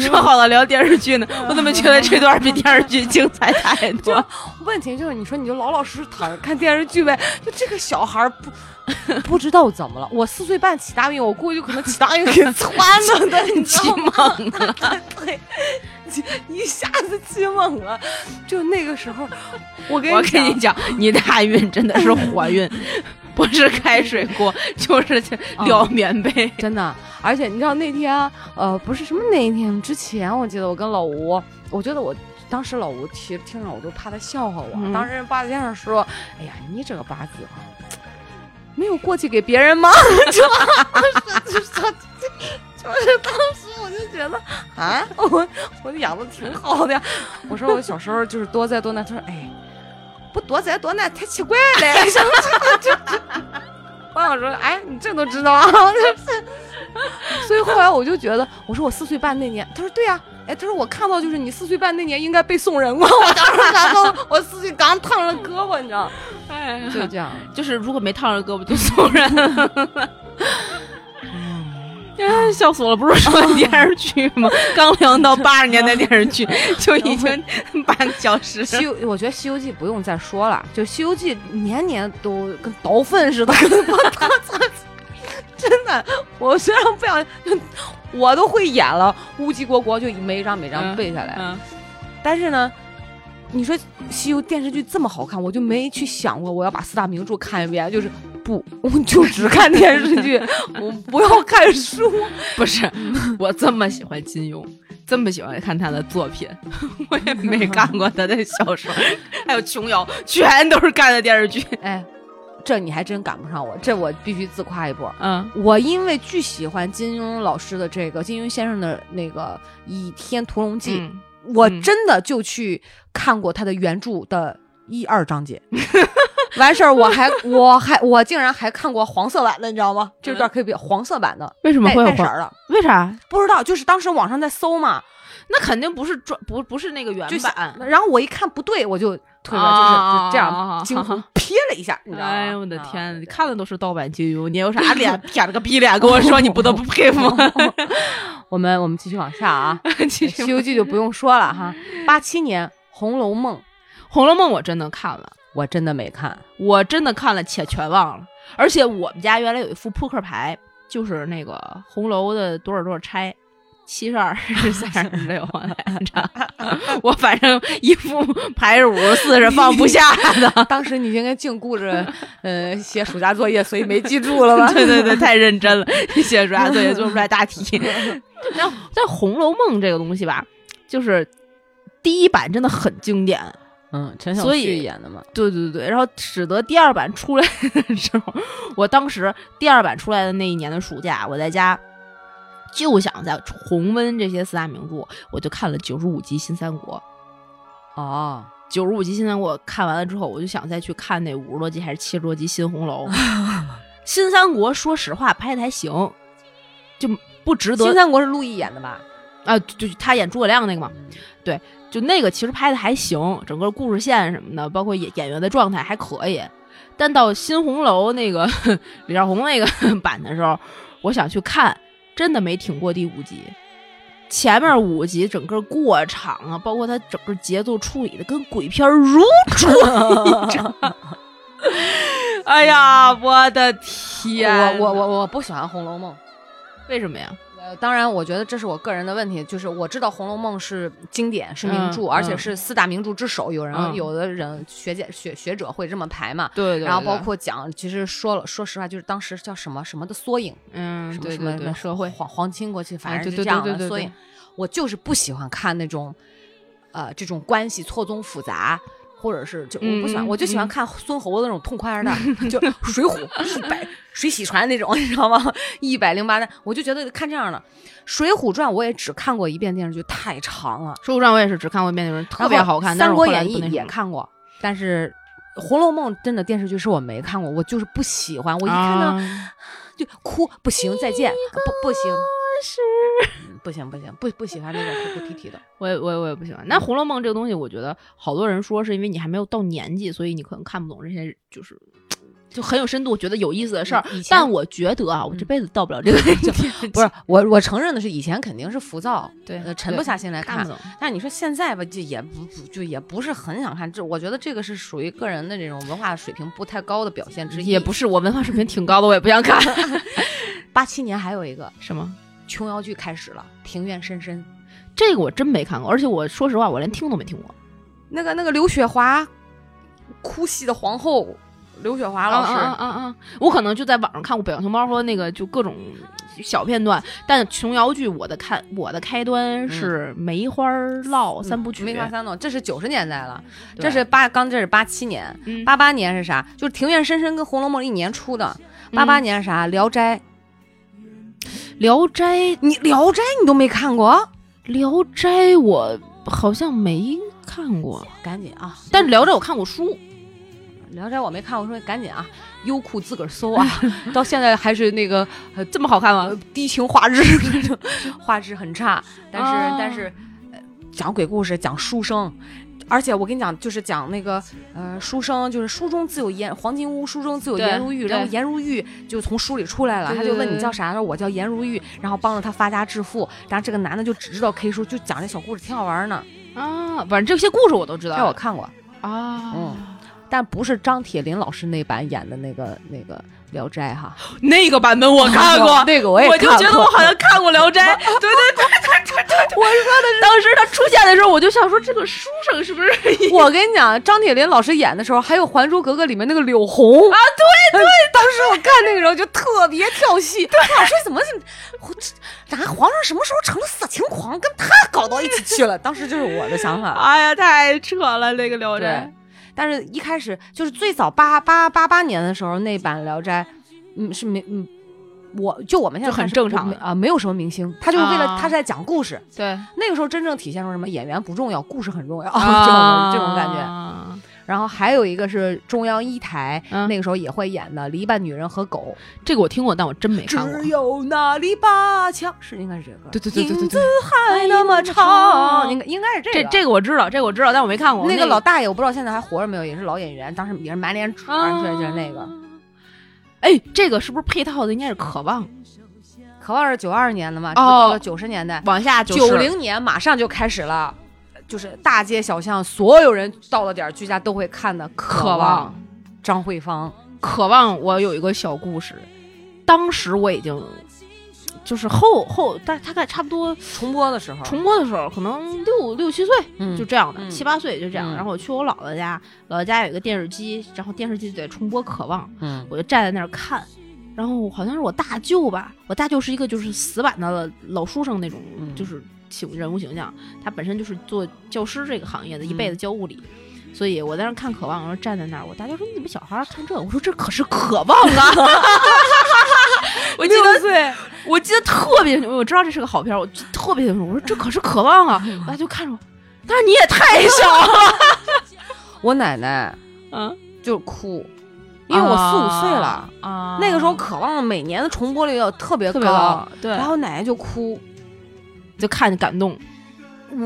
S2: 说好了聊电视剧呢，我怎么觉得这段 比电视剧精彩太多？
S1: 问题就是，你说你就老老实实躺着看电视剧呗。就这个小孩儿 不不知道怎么了，我四岁半起大运，我估计就可能起大运 给窜了的，你知
S2: 激
S1: 道吗？
S2: 萌啊！
S1: 对，一下子激猛了。就那个时候，我跟
S2: 我
S1: 你
S2: 跟你
S1: 讲
S2: 讲，你大运真的是火运，不是开水锅，就是撩棉被。
S1: 真的，而且你知道那天，呃，不是什么那一天之前，我记得我跟老吴，我觉得我当时老吴提听着我都怕他笑话我，
S2: 嗯
S1: 当时人八字先生说，哎呀，你这个八字啊，没有过去给别人吗？就就是就是当时我就觉得啊，我我养的挺好的呀，我说我小时候就是多灾多难，他说哎，不多灾多难太奇怪了，就就就我想说，哎，你这都知道啊，就是， 所以后来我就觉得，我说我四岁半那年，他说对呀、哎，他说我看到就是你四岁半那年应该被送人过， 我当时感到我四岁刚烫了胳膊，你知道，
S2: 哎呀
S1: 就这样，
S2: 就是如果没烫着胳膊就送人了。哎，笑死我了！不是说电视剧吗？刚聊到八十年代电视剧，就已经半个小 时。
S1: 西游，我觉得《西游记》不用再说了，就《西游记》年年都跟倒粪似的， 真的，我虽然不想，我都会演了，乌鸡国国就每一张每一张
S2: 嗯
S1: 背下来，
S2: 嗯，
S1: 但是呢。你说西游电视剧这么好看，我就没去想过我要把四大名著看一遍，就是不， 我就只看电视剧， 我不要看 书。
S2: 不是，我这么喜欢金庸，这么喜欢看他的作品，我也没看过他的小说，还有琼瑶，全都是看的电视剧。
S1: 哎，这你还真赶不上我，这我必须自夸一波。
S2: 嗯
S1: 我因为巨喜欢金庸老师的这个金庸先生的那个《倚天屠龙记》
S2: 嗯，
S1: 我真的就去看过他的原著的一二章 节。完事儿，我还 我还我竟然还看过黄色版的，你知道吗？这
S2: 嗯
S1: 段可以比黄色版的，
S2: 为什么
S1: 带
S2: 会有
S1: 带色
S2: 黄？
S1: 儿的？
S2: 为啥？
S1: 不知道，就是当时网上在搜嘛，
S2: 那肯定不是专不不是那个原
S1: 就想
S2: 版。
S1: 然后我一看不对，我就退了，就是就
S2: 嗯啊
S1: 这
S2: 啊啊啊
S1: 样
S2: 啊
S1: 惊呼瞥了一下，你知道吗？
S2: 哎呦我的天
S1: 啊
S2: 呐，你看的都是盗版金庸，你有 啥脸撇了个逼脸跟我说？你不得不佩服。
S1: 我们我们继续往下 啊。《
S2: 其实
S1: 西游记》就不用说了哈。八七年《红楼梦》
S2: 《红楼梦》我真的看了，
S1: 我真的没 看，
S2: 我真的看了且全忘了。而且我们家原来有一副扑克牌，就是那个红楼的多少多少拆。七十二、三十六来着， 我反正一副牌是五十四，是放不下的。
S1: 当时你应该净顾 着呃写暑假作业，所以没记住了吧？
S2: 对对对，太认真了， 写出来作业做不出来大 题。然后，但《红楼梦》这个东西吧，就是第一版真的很经典，
S1: 嗯，陈小
S2: 所
S1: 旭
S2: 以
S1: 演的嘛。
S2: 对对对，然后使得第二版出来的时候，我当时第二版出来的那一年的暑假，我在家就想再重温这些四大名著，我就看了九十五集《新三国》。
S1: 哦，
S2: 九十五集《新三国》看完了之后，我就想再去看那五十多集还是七十多集《新红楼》。《 新三国》说实话拍的还行，就不值
S1: 新
S2: 得
S1: 三国是陆毅演的 吧？
S2: 啊，就就他演诸葛亮那个嘛，就那个其实拍的还行，整个故事线什么的，包括演演员的状态还可以。但到新红楼那个李少红那个 版的时候，我想去看，真的没挺过第五集。前面五集整个过场啊，包括它整个节奏处理的跟鬼片儿如出一辙。哎呀，我的天！
S1: 我我我我不喜欢《红楼梦》。
S2: 为什么呀？
S1: 呃，当然，我觉得这是我个人的问题，就是我知道《红楼梦》是经典，是名著，
S2: 嗯
S1: 而且
S2: 嗯
S1: 是四大名著之首。有人、
S2: 嗯
S1: 有的人学姐学学者会这么排嘛，
S2: 对对
S1: 然后包括讲，其实说了，说实话，就是当时叫什么什么的缩影，
S2: 嗯，
S1: 什么
S2: 对
S1: 什
S2: 对
S1: 么
S2: 对，社会
S1: 皇皇亲国戚，反
S2: 哎
S1: 正
S2: 对
S1: 是
S2: 对
S1: 这样
S2: 对
S1: 的。
S2: 对对
S1: 所以
S2: 对，
S1: 我就是不喜欢看那种，呃，这种关系错综复杂，或者是就我不喜欢，
S2: 嗯嗯
S1: 我就喜欢
S2: 嗯
S1: 看孙猴的那种痛快二代，就《水浒》一百水洗船那种，你知道吗？一百零八难，我就觉得看这样的。《水浒传》我也只看过一遍电视剧，太长了。
S2: 水浒传》我也是只看过一遍，那种特别
S1: 然后
S2: 好看。
S1: 《
S2: 但
S1: 三
S2: 是我
S1: 国
S2: 后来
S1: 演
S2: 不
S1: 义
S2: 那》什
S1: 也
S2: 么
S1: 看过，但是《红楼梦》真的电视剧是我没看过，我就是不喜欢，我一看到
S2: 啊哎
S1: 就哭，不行，再见，不不行，嗯不行不行，不不喜欢那种哭哭啼啼的。
S2: 我也我也我也不喜欢。那《红楼梦》这个东西，我觉得好多人说是因为你还没有到年纪，所以你可能看不懂这些，就是就很有深度，觉得有意思的事儿
S1: 以以。前
S2: 但我觉得啊，我这
S1: 嗯
S2: 辈子到不了这个 年纪
S1: 不是我，我承认的是以前肯定是浮躁，
S2: 对
S1: 呃，沉不
S2: 对
S1: 下心来看
S2: 看不。懂。
S1: 但你说现在吧，就也不不就也不是很想看，这我觉得这个是属于个人的这种文化水平不太高的表现之一。
S2: 也不是我文化水平挺高的，我也不想看。
S1: 八七年还有一个
S2: 什么？
S1: 琼瑶剧开始了，《庭院深深》，
S2: 这个我真没看过，而且我说实话，我连听都没听过。
S1: 那个那个刘雪华，哭戏的皇后刘雪华老师，
S2: 啊啊啊啊！我可能就在网上看过《北小熊猫》和那个就各种小片段，但琼瑶剧我的看我的开端是《梅花烙》三部
S1: 嗯
S2: 曲，嗯
S1: 梅花三弄，这是九十年代了，
S2: 对
S1: 这是八刚这是八七年，
S2: 嗯
S1: 八八年是啥？就是《庭院深深》跟《红楼梦》一年出的。八八
S2: 嗯
S1: 年是啥？聊斋》
S2: 《聊斋》《
S1: 你《聊斋》你都没看过？
S2: 聊斋》我好像没看过，
S1: 赶紧啊！
S2: 但是《聊斋》我看过书，
S1: 《聊斋》我没看，我说赶紧啊，优酷自个儿搜啊， 到现在还是那个、呃、这么好看吗？低清画质， 画质很差，但是、
S2: 啊
S1: 但是、呃讲鬼故事，讲书生。而且我跟你讲，就是讲那个呃，书生就是书中自有颜黄金屋，书中自有
S2: 对
S1: 颜如玉。然后
S2: 对
S1: 颜如玉就从书里出来了，
S2: 对
S1: 他
S2: 对
S1: 就问
S2: 对
S1: 你叫啥，他说我叫颜如玉，然后帮着他发家致富。然后这个男的就只知道 K 书，就讲这小故事，挺好玩呢。
S2: 啊，反正这些故事我都知道。
S1: 这我看过，
S2: 啊，
S1: 嗯但不是张铁林老师那版演的那个那个《聊斋》哈。
S2: 那个版本 我看过，
S1: 那个我也
S2: 我
S1: 看
S2: 就
S1: 过。
S2: 觉得我好像看过《 聊斋》，对对对对对对对，我说的是当时他出现的时候，我就想说这个书生是不是
S1: 我跟你讲，张铁林老师演的时候，还有《还珠格格》里面那个柳红啊，对对， 当时我看那个时候就特别跳戏，对，我说怎么是，我这咱皇上什么时候成了色情狂，跟他搞到一起去了？当时就是我的想法。
S2: 哎呀，太扯了，那个《聊
S1: 对，但是一开始就是最早八八八八年的时候那版《聊斋》，嗯，是没嗯。我就我们现在
S2: 就
S1: 看
S2: 很
S1: 是
S2: 正
S1: 不
S2: 常
S1: 没
S2: 的
S1: 啊、没有什么明星，他就是为了、
S2: 啊
S1: 他是在讲故事。
S2: 对对
S1: 那个时候真正体现出什么演员不重要，故事很重要、
S2: 啊，
S1: 这种这种感觉。然后还有一个是中央一台、
S2: 嗯
S1: 那个时候也会演的《篱笆女人和狗
S2: 这个我听过，但我真没》，看过。
S1: 有那篱笆墙是应该是这个歌，
S2: 对对对对对
S1: 影子
S2: 对，
S1: 还那么
S2: 长
S1: 长，应该应该是
S2: 这
S1: 个。
S2: 这个我知道，这个我知道，但我没看过。
S1: 哦那个老大爷，我不知道现在还活着没有，也是老演员，当时也是满脸褶儿，
S2: 啊，
S1: 对，就是那个。。
S2: 哎，这个是不是配套的？应该是《渴望》。
S1: 可望是九二年的嘛，这不
S2: 哦
S1: 到了九十年代，
S2: 往下
S1: 九
S2: 是
S1: 零年马上就开始了，就是大街小巷，所有人到了点儿居家都会看的《
S2: 渴
S1: 渴
S2: 望
S1: 望》，张惠芳，
S2: 渴望，我有一个小故事。当时我已经就是后后大大概差不多
S1: 重播的时候，
S2: 重播的时候，可能六六七岁
S1: 嗯
S2: 就这样的，
S1: 嗯
S2: 七八岁就这样。
S1: 嗯
S2: 然后我去我姥姥家，姥姥家有一个电视机，然后电视机在重播《渴望》，
S1: 嗯
S2: 我就站在那儿看。然后好像是我大舅吧，我大舅是一个就是死板的老书生那种，
S1: 嗯
S2: 就是形人物形象。他本身就是做教师这个行业的，一
S1: 嗯
S2: 辈子教物理。所以我在那儿看《渴望》，然后站在那儿，我大舅说：“你怎么小孩儿看这？”我说：“这可是《渴望》啊！” 我记得
S1: 岁，
S2: 我记得特别清楚，我知道这是个好片儿，我记得特别清楚。我说这可是渴望
S1: 哎
S2: 啊！我大舅看着我，但是你也太小 了。
S1: 我奶奶
S2: 嗯，
S1: 就哭，因为我四五岁了，
S2: 啊
S1: 那个时候渴望每年的重播率要特别
S2: 特别高，对，
S1: 然后奶奶就哭。
S2: 就看着感动。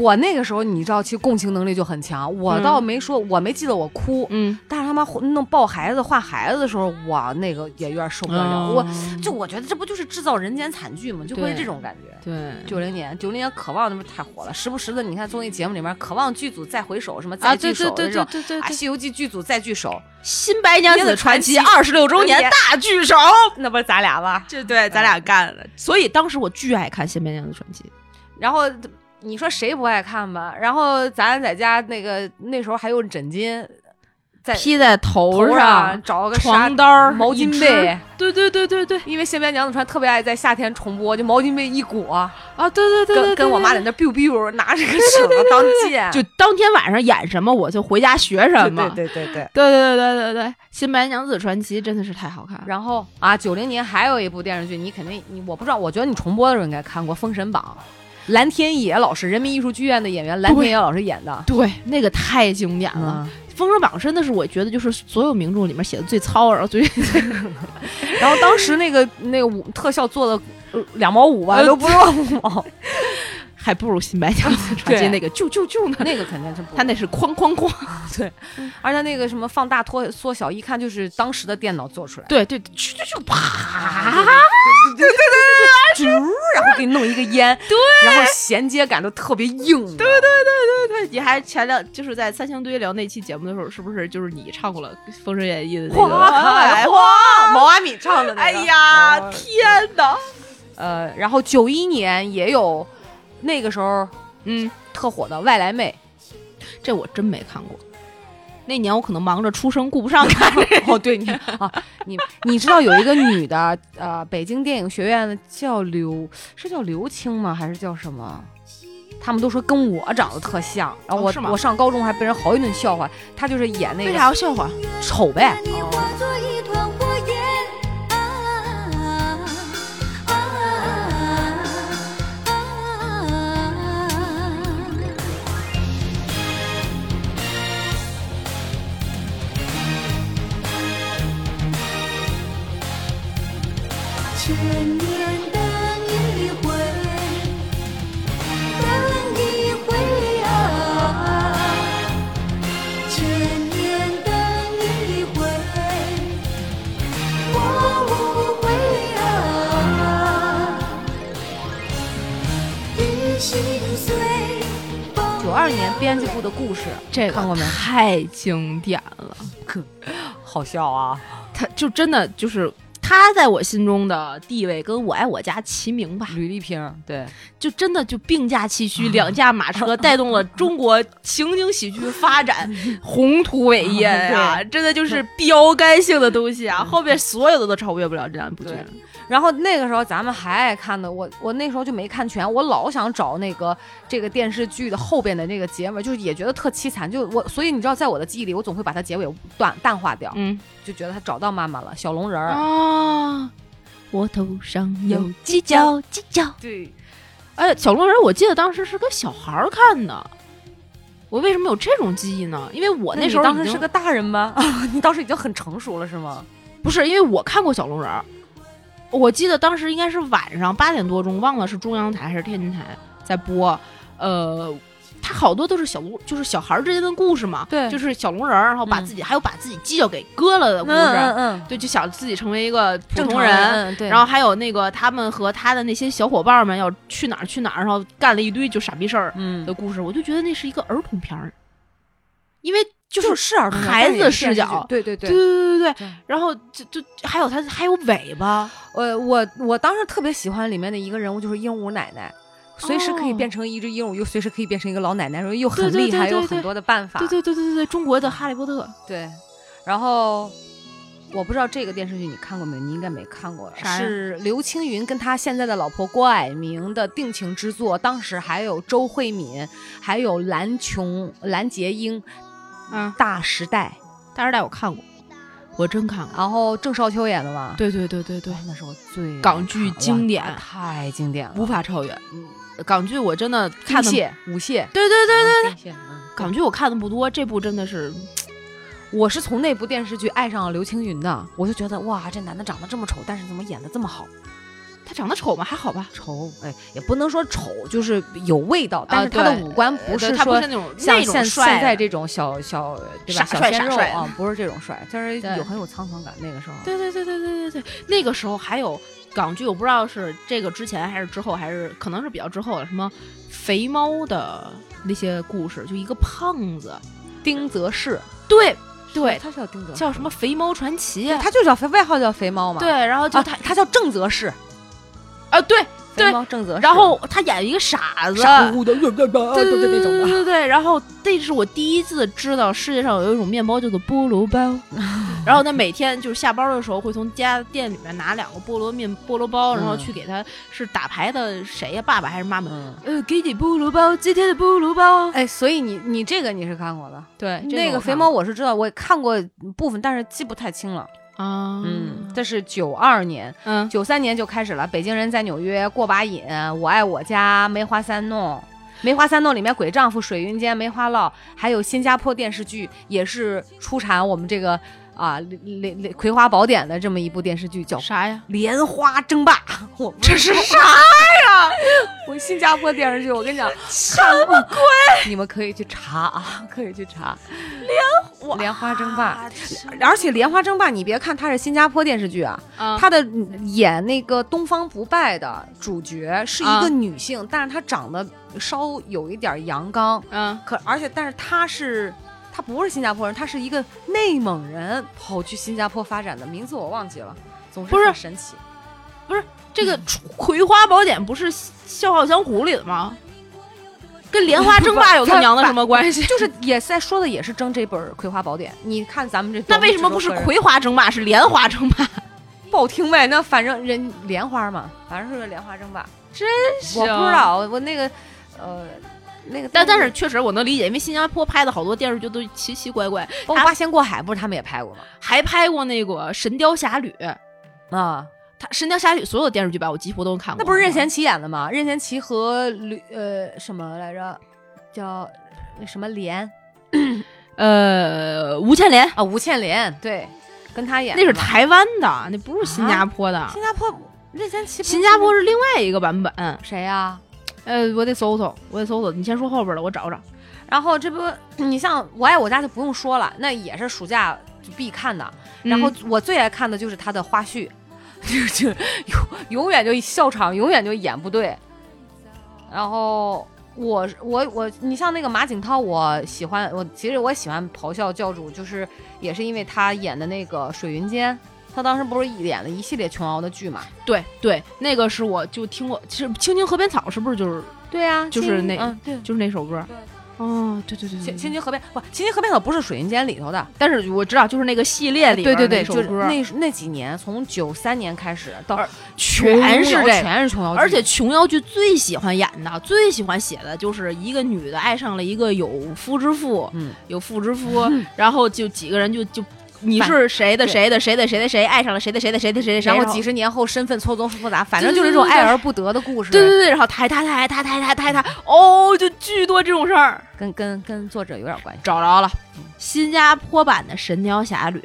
S1: 我那个时候，你知道，其实共情能力就很强。我
S2: 嗯
S1: 倒没说，我没记得我哭，
S2: 嗯，
S1: 但是他妈弄抱孩子、画孩子的时候，我那个也有点受不了。
S2: 嗯
S1: 我就我觉得这不就是制造人间惨剧吗？就会
S2: 对
S1: 这种感觉。
S2: 对，
S1: 九零年，九零年《渴望》那不是太火了，时不时的你看综艺节目里面，《渴望》剧组再回首，什么
S2: 啊，
S1: 再
S2: 对
S1: 聚
S2: 对
S1: 首的
S2: 对
S1: 这
S2: 对
S1: 种，
S2: 对对
S1: 啊，《
S2: 对，
S1: 西游记》剧组再聚首，
S2: 哎新白娘子传奇
S1: 别的
S2: 二十六周年
S1: 别的
S2: 大聚首，
S1: 那不是咱俩吗？
S2: 这对咱俩干了。所以当时我巨爱看新白娘子传奇。
S1: 然后你说谁不爱看吧？然后咱在家那个那时候还用枕巾，在
S2: 披在头
S1: 头
S2: 上，
S1: 找个纱
S2: 床单儿、
S1: 毛
S2: 一
S1: 巾
S2: 只
S1: 被，
S2: 对对对对对
S1: 因为新白娘子传特别爱在夏天重播，就毛巾被一裹，
S2: 啊，对对对对
S1: 跟
S2: 对
S1: 跟我妈在
S2: 对
S1: 那 biu biu 拿着个尺子当剑，
S2: 就当天晚上演什么，我就回家学什么。
S1: 对对对对。
S2: 对对对对对对，《新白娘子传奇》真的是太好看了。
S1: 然后啊，九零年还有一部电视剧，你肯定你我不知道，我觉得你重播的时候应该看过《封神榜》，蓝天野老师，人民艺术剧院的演员蓝天野老师演的。
S2: 对，那个太经典了，
S1: 啊、
S2: 《封神榜》真的是我觉得就是所有名著里面写的最糙，然后最
S1: 然后当时那个那个舞特效做的、呃两毛五吧，
S2: 呃
S1: 都不到五毛，
S2: 还不如《新白娘子传
S1: 对》
S2: 奇那个啾啾啾呢。
S1: 那个肯定是不。
S2: 他那是哐哐哐，
S1: 而且那个什么放大缩缩小，一看就是当时的电脑做出来的。
S2: 对对，啾啾啾，啪！
S1: 对对对对对，然后给你弄一个烟，对，然后衔接感都特别硬。对对，
S2: 对，你还前两就是在三星堆聊那期节目的时候，是不是就是你唱过了《封神演义》的那个？哎
S1: 哇，毛阿敏唱的那个。
S2: 哎呀，
S1: 哦
S2: 天哪！
S1: 呃，然后九一年也有，那个时候
S2: 嗯，
S1: 特火的《外来妹
S2: 这我真没看过。那年我可能忙着出生，顾不上看这》。
S1: 哦，对你啊，你你知道有一个女的，呃，北京电影学院的叫刘，是叫刘青吗？还是叫什么？他们都说跟我长得特像，然后
S2: 哦
S1: 我、
S2: 是吗
S1: 我上高中还被人好一顿笑话，她就是演那
S2: 为
S1: 个
S2: 啥要笑话？
S1: 丑呗，
S3: 你化作一团火焰啊啊啊啊！千年等一回，等一回啊！千年等一回，我无悔啊！一心碎，
S1: 九二年编辑部的故事，
S2: 这个
S1: 看过没
S2: 太经典了，
S1: 好笑啊！
S2: 他就真的就是他在我心中的地位跟我爱我家齐名吧，
S1: 吕丽萍，对，
S2: 就真的就并驾齐驱，两驾马 车带动了中国情景喜剧发展，宏图伟业呀、真的就是标杆性的东西啊，后面所有的都超越不了这两部剧。
S1: 对然后那个时候咱们还爱看的，我我那时候就没看全，我老想找那个这个电视剧的后边的那个结尾，就是也觉得特凄惨，就我所以你知道，在我的记忆里，我总会把它结尾断淡化掉，
S2: 嗯
S1: 就觉得他找到妈妈了，小龙人儿。
S2: 啊，我头上
S1: 嗯
S2: 有。
S3: 犄角犄角。
S1: 对，
S2: 哎，小龙人，我记得当时是跟小孩儿看的。我为什么有这种记忆呢？因为我
S1: 那
S2: 时
S1: 你
S2: 候
S1: 当
S2: 已
S1: 时
S2: 经
S1: 是个大人 吗？你当时已经很成熟了是吗？
S2: 不是，因为我看过小龙人儿，我记得当时应该是晚上八点多钟，忘了是中央台还是天津台在播，呃。它好多都是小龙，就是小孩儿之间的故事嘛，
S1: 对
S2: 就是小龙人儿，然后把
S1: 嗯
S2: 自己、还有把自己犄角给割了的故事，
S1: 嗯，
S2: 对，就想自己成为一个普
S1: 正
S2: 通
S1: 常
S2: 人，
S1: 人，嗯对，
S2: 然后还有那个他们和他的那些小伙伴们要去哪儿去哪儿，然后干了一堆就傻逼事儿
S1: 嗯
S2: 的，故事，我就觉得那是一个儿童片儿，因为就
S1: 就是是儿童片
S2: 孩
S1: 但是也
S2: 子
S1: 是
S2: 视
S1: 电视
S2: 角
S1: 剧对对对
S2: 对对对对
S1: 对，
S2: 然后就就还有他还有尾巴，
S1: 我呃我我当时特别喜欢里面的一个人物，就是鹦鹉奶奶，随时可以变成一只鹦鹉，又随时可以变成一个老奶奶，然后又很
S2: 哦对对
S1: 厉害，
S2: 对对
S1: 有很多的办法。
S2: 对对对对对对，中国的哈利波特
S1: 对然后我不知道这个电视剧你看过没有？你应该没看过，
S2: 啥呀
S1: 是刘青云跟他现在的老婆郭蔼明的定情之作，当时还有周慧敏，还有蓝琼、蓝洁瑛，
S2: 啊，
S1: 嗯大时代，
S2: 大时代我看过，我真看过。
S1: 然后郑少秋演的嘛。
S2: 对对对对对
S1: 哦，，那是我最
S2: 港剧经典
S1: 哇太经典了，
S2: 无法超越。
S1: 嗯
S2: 港剧我真的
S1: 丁
S2: 看的，对
S1: 蟹、舞蟹，
S2: 对对对，
S1: 对嗯对对，
S2: 港剧我看的不多，这部真的是
S1: 我是从那部电视剧爱上了刘青云的，我就觉得哇，这男的长得这么丑，但是怎么演的这么好？
S2: 他长得丑吗？还好吧，
S1: 丑，哎，也不能说丑，就是有味道，但是他
S2: 对
S1: 的五官
S2: 呃
S1: 不
S2: 对
S1: 是
S2: 他不
S1: 说
S2: 是那种
S1: 像
S2: 那种
S1: 现
S2: 帅
S1: 现在
S2: 的
S1: 这种小小对
S2: 傻
S1: 吧小
S2: 帅
S1: 鲜
S2: 傻
S1: 肉
S2: 帅
S1: 啊，不是这种帅，就是
S2: 对
S1: 有很有沧桑感。那个时候，
S2: 对对对对对对对，那个时候还有港剧，我不知道是这个之前还是之后，还是可能是比较之后了。什么肥猫的那些故事，就一个胖子，
S1: 丁泽世，
S2: 对对，
S1: 他叫丁泽世，
S2: 叫什么《肥猫传奇》
S1: 对他就叫肥，外号叫肥猫嘛。
S2: 对，然后就
S1: 啊，
S2: 他、
S1: 他叫郑泽世，
S2: 啊，对
S1: 肥猫正则是，
S2: 然后他演一个傻子，
S1: 傻乎
S2: 乎的，对
S1: 对对那
S2: 对对
S1: 种的
S2: 对对对。然后这是我第一次知道世界上有一种面包叫做菠萝包，然后他每天就是下班的时候会从家店里面拿两个菠萝面菠萝包，然后
S1: 嗯
S2: 去给他是打牌的谁呀，爸爸还是妈妈？
S1: 嗯，
S2: 呃，给你菠萝包，今天的菠萝包。
S1: 哎，所以你你这个你是看过的，
S2: 对，哎这
S1: 那
S2: 我
S1: 个肥
S2: 看
S1: 猫
S2: 过
S1: 我是知道，我也看过部分，但是记不太清了。
S2: 啊，
S1: 嗯，这是九二年、
S2: 嗯
S1: 九三年就开始了，《北京人在纽约》《过把瘾》《我爱我家》《梅花三弄》。梅花三弄里面鬼丈夫、水云间、梅花烙，还有新加坡电视剧，也是出产我们这个啊《莲莲葵花宝典》的这么一部电视剧，叫《
S2: 啥呀？
S1: 莲花争霸》。我这是啥呀？我新加坡电视剧，我跟你讲，什么鬼？你们可以去查啊，可以去查《莲花啊争霸》。而且《莲花争霸》，你别看它是新加坡电视剧啊，
S2: 啊，
S1: 她的演那个东方不败的主角是一
S2: 啊
S1: 个女性，但是她长得稍有一点阳刚，
S2: 嗯
S1: 可而且但是她是她不是新加坡人，她是一个内蒙人跑去新加坡发展的，名字我忘记了，总之
S2: 不是
S1: 很神奇。
S2: 这个《葵花宝典》不是《笑傲江湖》里的吗？跟《莲花争霸》有他娘的什么 关系？
S1: 就是也在说的也是争这本《葵花宝典》，你看咱们这
S2: 那为什么不是
S1: 多么
S2: 葵花争霸，是莲花争霸？
S1: 不好听呗？那反正人莲花嘛，反正是个莲花争霸，
S2: 真
S1: 我不知。道我那个呃那个，
S2: 啊但但是确实我能理解，因为新加坡拍的好多电视剧都奇奇怪怪，
S1: 包括八仙过海不是他们也拍过吗？
S2: 还拍过那个《神雕侠侣》。
S1: 啊，
S2: 他《神雕侠侣》所有的电视剧吧，我几乎都看过。
S1: 那不是任贤齐演的吗？任贤齐和吕呃什么来着，叫什么莲
S2: 呃吴倩莲，
S1: 啊？吴倩莲对，跟他演
S2: 那是
S1: 的嘛
S2: 台湾的，那不是新加坡的。
S1: 新加坡任贤齐不是
S2: 新加坡是另外一个版本。
S1: 谁啊呀、
S2: 呃，我得搜搜，我得搜搜。你先说后边的，我找找。
S1: 然后这不 你像《我爱我家》就不用说了，那也是暑假就必看的。然后我最爱看的就是他的花絮， 就就永永远就笑场，永远就演不对。然后我我我，你像那个马景涛，我喜欢我其实我喜欢咆哮教主，就是也是因为他演的那个水云间，他当时不是演了一系列琼瑶的剧嘛？
S2: 对对，那个是我就听过，其实《青青河边草》是不是就是
S1: 对呀、啊，
S2: 就是
S1: 青
S2: 那
S1: 嗯对。
S2: 就是那首歌？哦，对对
S1: 青
S2: 对对
S1: 青
S2: 对。
S1: 青河边不，青青河边草不是水云间里头的，
S2: 但是我知道，就是那个系列里
S1: 对
S2: 边
S1: 对对，
S2: 的首
S1: 就是
S2: 歌，
S1: 那那几年，从九三年开始到
S2: 而
S1: 全
S2: 全是
S1: 是
S2: 这个。
S1: 全是琼瑶剧，
S2: 而且琼瑶剧最喜欢演的、最喜欢写的就是一个女的爱上了一个有夫之妇，
S1: 嗯，
S2: 有妇之夫，然后就几个人就就你
S1: 反
S2: 是谁的
S1: 对
S2: 谁的谁的谁的谁爱上了谁的谁的谁的谁的谁，
S1: 然后
S2: 然后
S1: 几十年后身份错综复杂，反
S2: 对
S1: 正就是
S2: 对
S1: 这种
S2: 对
S1: 爱
S2: 对
S1: 而不得的故事。
S2: 对对对，然后抬抬抬抬抬抬抬抬，哦，就巨多这种事儿。
S1: 跟跟跟作者有点关系。
S2: 找着了，新加坡版的《神雕侠侣》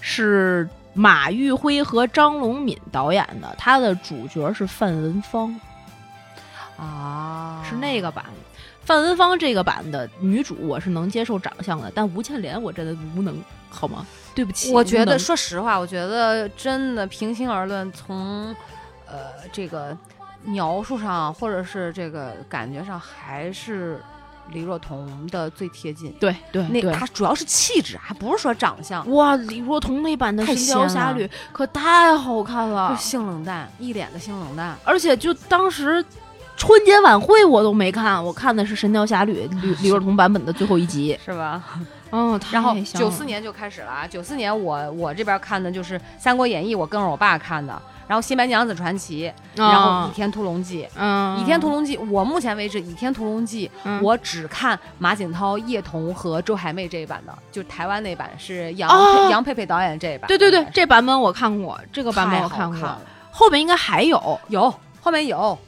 S2: 是马玉辉和张龙敏导演的，他的主角是范文芳，
S1: 啊
S2: 是那个版。范文芳这个版的女主，我是能接受长相的，但吴倩莲我真的无能，好吗？对不起，
S1: 我觉
S2: 无
S1: 得，
S2: 能
S1: 说实话，我觉得真的平心而论，从呃这个描述上，或者是这个感觉上，还是李若彤的最贴近。
S2: 对对
S1: 那
S2: 对，
S1: 她主要是气质，还不是说长相，
S2: 哇，李若彤那版的《
S1: 太
S2: 神雕
S1: 仙
S2: 侠
S1: 了
S2: 侣》可太好看
S1: 就
S2: 了
S1: 是，性冷淡，一脸的性冷淡。
S2: 而且就当时春节晚会我都没看，我看的是《神雕侠侣》
S1: 啊
S2: 李李若彤版本的最后一集。
S1: 是吧？
S2: 嗯，
S1: 然后九四年就开哦始了啊，九四年我我这边看的就是《三国演义》，我跟着我爸看的，然后《新白娘子传奇》，然后《倚天屠龙记》
S2: 嗯，
S1: 倚天屠龙记》，我目前为止《倚天屠龙记》
S2: 嗯
S1: 我只看马景涛、叶童和周海媚这一版的，就是台湾那版是杨、
S2: 哦
S1: 杨佩佩导演这一版。
S2: 对对对
S1: 应该，是
S2: 这版本我看过，这个版本
S1: 太
S2: 我
S1: 好
S2: 看
S1: 看
S2: 过，
S1: 了
S2: 后边应该还有，
S1: 有后面有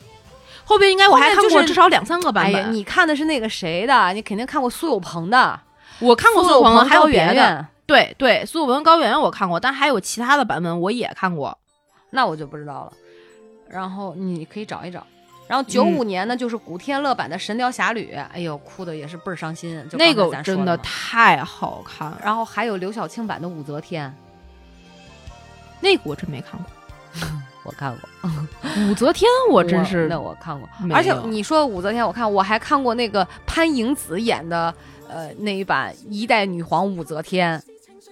S2: 后边应该我还
S1: 后
S2: 看
S1: 面
S2: 过
S1: 就是
S2: 至少两三个版
S1: 哎
S2: 本。
S1: 呀，你看的是那个谁的？你肯定看过苏有朋的，
S2: 我看过
S1: 苏
S2: 苏有朋的，还有
S1: 高
S2: 别
S1: 圆
S2: 的，
S1: 圆，
S2: 对对，苏有朋、高圆圆我看过，但还有其他的版本我也看过。
S1: 那我就不知道了。然后你可以找一找。然后
S2: 嗯
S1: 九五年呢，就是古天乐版的《神雕侠侣》，哎呦，哭的也是倍儿伤心。就刚
S2: 那
S1: 才
S2: 个我
S1: 咱说
S2: 真
S1: 的嘛。
S2: 的太好看了，
S1: 然后还有刘晓庆版的《武则天
S2: 那个我真没看过。》，
S1: 我看过，
S2: 武则天我真是
S1: 那我看过
S2: 没。有
S1: 而且你说武则天，我看我还看过那个潘迎紫演的呃那一版一代女皇武则天，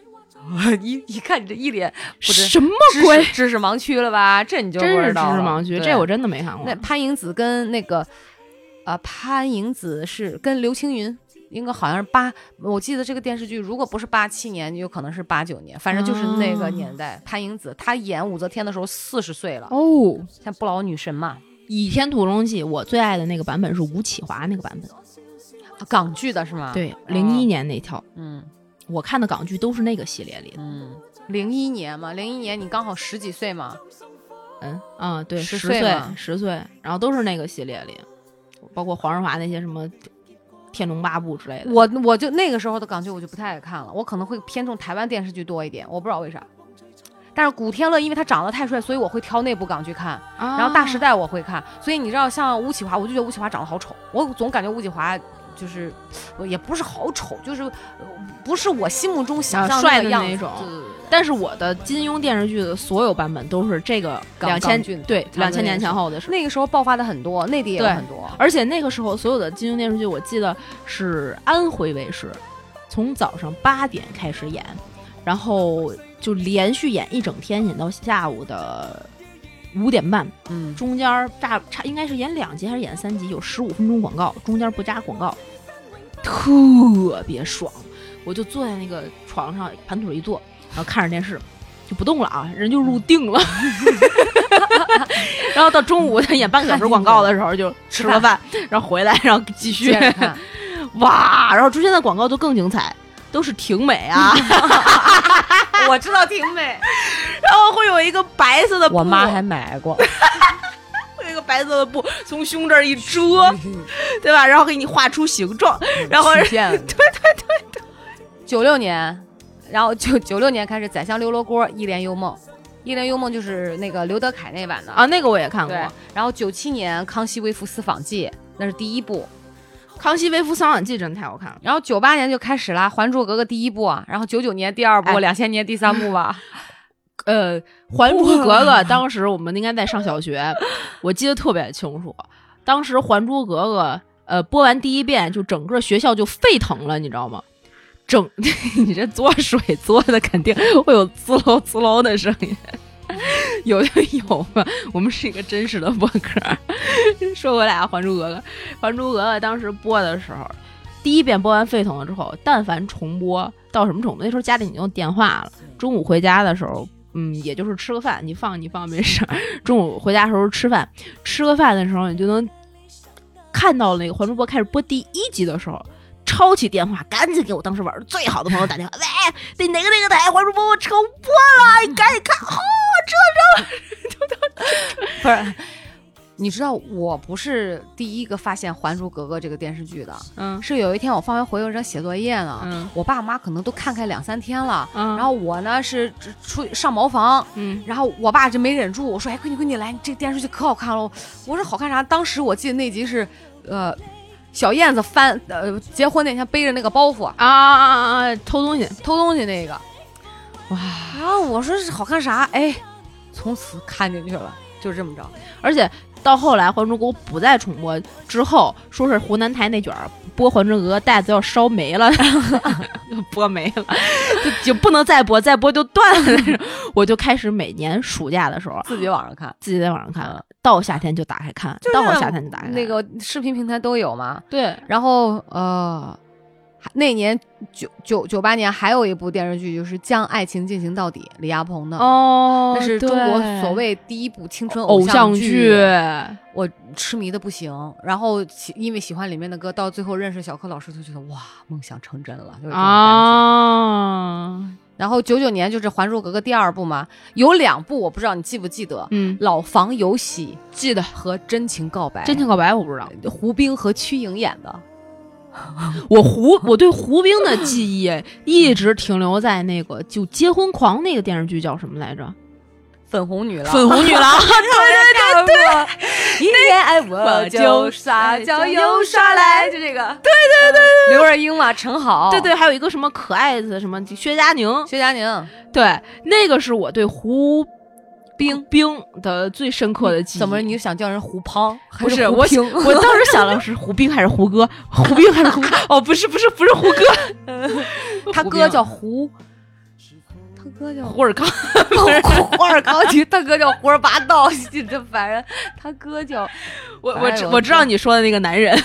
S1: 一一看你这一脸不知
S2: 什么
S1: 知
S2: 鬼？
S1: 识知识盲区了吧？这你就不
S2: 真是
S1: 知
S2: 知
S1: 道
S2: 识
S1: 了
S2: 盲区，
S1: 对
S2: 这我真的没看过
S1: 那。潘迎紫跟那个啊、潘迎紫是跟刘青云。应该好像是八，我记得这个电视剧，如果不是八七年，有可能是八九年，反正就是那个年代。潘迎紫她演武则天的时候四十岁了，
S2: 哦，《
S1: 像不老女神嘛，
S2: 倚天屠龙记》我最爱的那个版本是吴启华那个版本，
S1: 啊港剧的是吗？，
S2: 对，零一年那套，
S1: 嗯
S2: 我看的港剧都是那个系列里的。
S1: 嗯，零一年嘛，零一年你刚好十几岁嘛，
S2: 嗯啊，对，
S1: 10
S2: 十
S1: 岁
S2: 岁
S1: 嘛，
S2: 十岁，然后都是那个系列里，包括黄日华那些什么《天龙八部》之类的。
S1: 我我就那个时候的港剧我就不太爱看了，我可能会偏重台湾电视剧多一点，我不知道为啥。但是古天乐因为他长得太帅，所以我会挑那部港剧看。然后《大时
S2: 代。
S1: 代》我会看，所以你知道像吴启华，我就觉得吴启华长得好丑，我总感觉吴启华就是我也不是好丑，就是呃不是我心目中想
S2: 啊
S1: 象
S2: 帅
S1: 的
S2: 的
S1: 样
S2: 那
S1: 子
S2: 种
S1: 对对对
S2: 但是我的金庸电视剧的所有版本都是这个
S1: 港
S2: 两
S1: 港
S2: 千
S1: 剧
S2: 对
S1: 差不多
S2: 两千年前后的
S1: 对
S2: 事。
S1: 那个时候爆发的很多，内地也有
S2: 对
S1: 很多。嗯
S2: 而且那个时候所有的金庸电视剧，我记得是安徽卫视，从早上八点开始演，然后就连续演一整天，演到下午的五点半。
S1: 嗯，
S2: 中间儿差差应该是演两集还是演三集，有十五分钟广告，中间不加广告，特别爽。我就坐在那个床上盘腿一坐，然后看着电视，就不动了啊，人就入定了。 然后到中午他演半个小时广告的时候，就吃了饭，然后回来，然后继续
S1: 接着 看，
S2: 哇，然后中间的广告就更精彩，都是婷美 啊，
S1: 我知道挺美，
S2: 然后会有一个白色的布，
S1: 我妈还买 过。
S2: 会有一个白色的布从胸这儿一遮，
S1: 嗯
S2: 对吧？然后给你画出形状，然后
S1: 曲 线，对对对对，九六年，然后九九六年开始，《宰相刘罗锅》《一帘幽梦》，《一帘幽梦》就是那个刘德凯那版的
S2: 啊，那个我也看过，
S1: 对，
S2: 《
S1: 然后九七年《康熙微服私访记》那是第一部，
S2: 康熙微服私访记》真的太好看 了。
S1: 然后九八年就开始啦，《还珠格格》第一部啊，然后九九年第二部，
S2: 哎
S1: 两千、年第三部 吧。
S2: 呃，《还珠格格》当时我们应该在上小学，我记得特别清楚。当时《还珠格格》呃播完第一遍，就整个学校就沸腾了，你知道吗？整， 你这嘬水嘬的肯定会有滋喽滋喽的声音，有就有吧。我们是一个真实的播客。说回来啊，《还珠格格》，《还珠格格》当时播的时候，第一遍播完沸腾了之后，但凡重播到什么程度，那时候家里已经有电话了，中午回家的时候。嗯，也就是吃个饭，你放你放没事儿。中午回家的时候吃饭，吃个饭的时候，你就能看到那个《还珠格格》开始播第一集的时候，抄起电话，赶紧给我当时玩儿最好的朋友打电话，喂，那哪个哪个台《还珠格格》重播了，你赶紧看，哦，
S1: 不是，你知道我不是第一个发现《还珠格格》这个电视剧的，
S2: 嗯
S1: 是有一天我放学回家正写作业呢，
S2: 嗯
S1: 我爸妈可能都看开两三天了，
S2: 嗯
S1: 然后我呢是只出去上茅房，
S2: 嗯，
S1: 然后我爸就没忍住，我说：“哎，闺女，闺女，来，你这电视剧可好看了。”我说：“好看啥？”当时我记得那集是，呃，小燕子翻呃结婚那天背着那个包袱
S2: 啊啊啊啊！偷东西，
S1: 偷东西那个，
S2: 哇！
S1: 然后啊我说是好看啥？哎，从此看进去了，就这么着。
S2: 而且到后来《还珠格格》不再重播之后，说是湖南台那卷儿播《还珠格格》袋子要烧没了， 播没了， 就就不能再播，再播就断了那种。我就开始每年暑假的时候
S1: 自己网上看，
S2: 自己在网上看，到夏天就打开看，
S1: 就
S2: 到
S1: 像
S2: 夏天就打开看
S1: 那个视频平台都有嘛。
S2: 对，
S1: 然后呃，还那年九九九八年还有一部电视剧就是《将爱情进行到底》，李亚鹏的，
S2: 哦
S1: 那是中国所谓第一部青春
S2: 偶像
S1: 剧
S2: 剧，
S1: 我痴迷的不行，然后喜因为喜欢里面的歌，到最后认识小柯老师就觉得哇，梦想成真了，就是这种感觉。
S2: 啊，
S1: 然后九九年就是《还珠格格》第二部嘛，有两部我不知道你记不记得，
S2: 嗯，
S1: 老房有喜》
S2: 记得《
S1: 和《真情告白》，
S2: 真情告白》我不知道，
S1: 胡兵和屈颖演的，
S2: 我胡我对胡兵的记忆一直停留在那个就《结婚狂》那个电视剧叫什么来着？
S1: 粉红女郎。
S2: 红女 郎。
S1: 对对 对，一恋爱我就傻，
S2: 那
S1: 叫又耍赖，就这个。对对对，刘若英嘛，陈好，
S2: 对对，还有一个什么可爱的什么薛佳凝，
S1: 薛佳凝，
S2: 对，那个是我对胡兵兵的最深刻的记忆。
S1: 怎么你想叫人胡胖？
S2: 不是
S1: 还胡
S2: 我
S1: 兵
S2: 想？我当时想的是胡兵还是胡歌？胡兵 还是胡？哦，不是不是不是胡歌，
S1: 他
S2: 胡
S1: 哥
S2: 兵
S1: 叫胡
S4: 他 哥叫
S2: 胡尔康，
S1: 胡尔 康其实他哥叫胡说八道， 这这反正他哥叫，
S2: 我
S1: 哎
S2: 我知
S1: 呦
S2: 我知道你说的那个男人，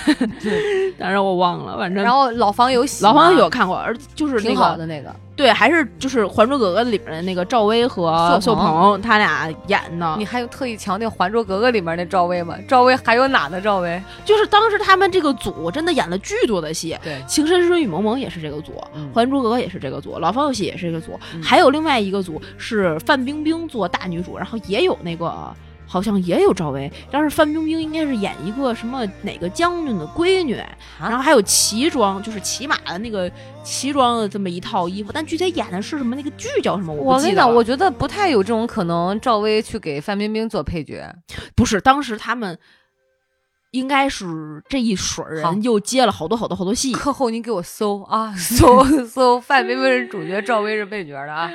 S2: 当然我忘了，反正
S1: 然后老房有喜嘛，
S2: 老黄有看过，而就是那
S1: 挺
S2: 个
S1: 好的那个，
S2: 对，还是就是《还珠格格》里边的那个赵薇和
S1: 秀
S2: 秀
S1: 鹏
S2: 鹏，他俩演的
S1: 你，还有特意强调《还珠格格》里面那赵薇吗？赵薇还有哪呢？赵薇？
S2: 就是当时他们这个组真的演了巨多的戏。
S1: 对
S2: 《情深深雨蒙蒙》也是这个组，
S1: 嗯
S2: 还珠格格》也是这个组，《老方有喜》也是这个组，
S1: 嗯
S2: 还有另外一个组是范冰冰做大女主，然后也有那个好像也有赵薇，但是范冰冰应该是演一个什么哪个将军的闺
S1: 啊
S2: 女，然后还有旗装，就是骑马的那个旗装的这么一套衣服，但具体演的是什么那个剧叫什么我
S1: 我
S2: 不
S1: 跟
S2: 记
S1: 你
S2: 得了。
S1: 讲，我觉得不太有这种可能，赵薇去给范冰冰做配角，
S2: 不是当时他们。应该是这一水儿
S1: 好
S2: 人又接了好多好多好多 戏，
S1: 课后你给我搜 啊，搜搜范冰冰是主角，赵薇是配角的 啊。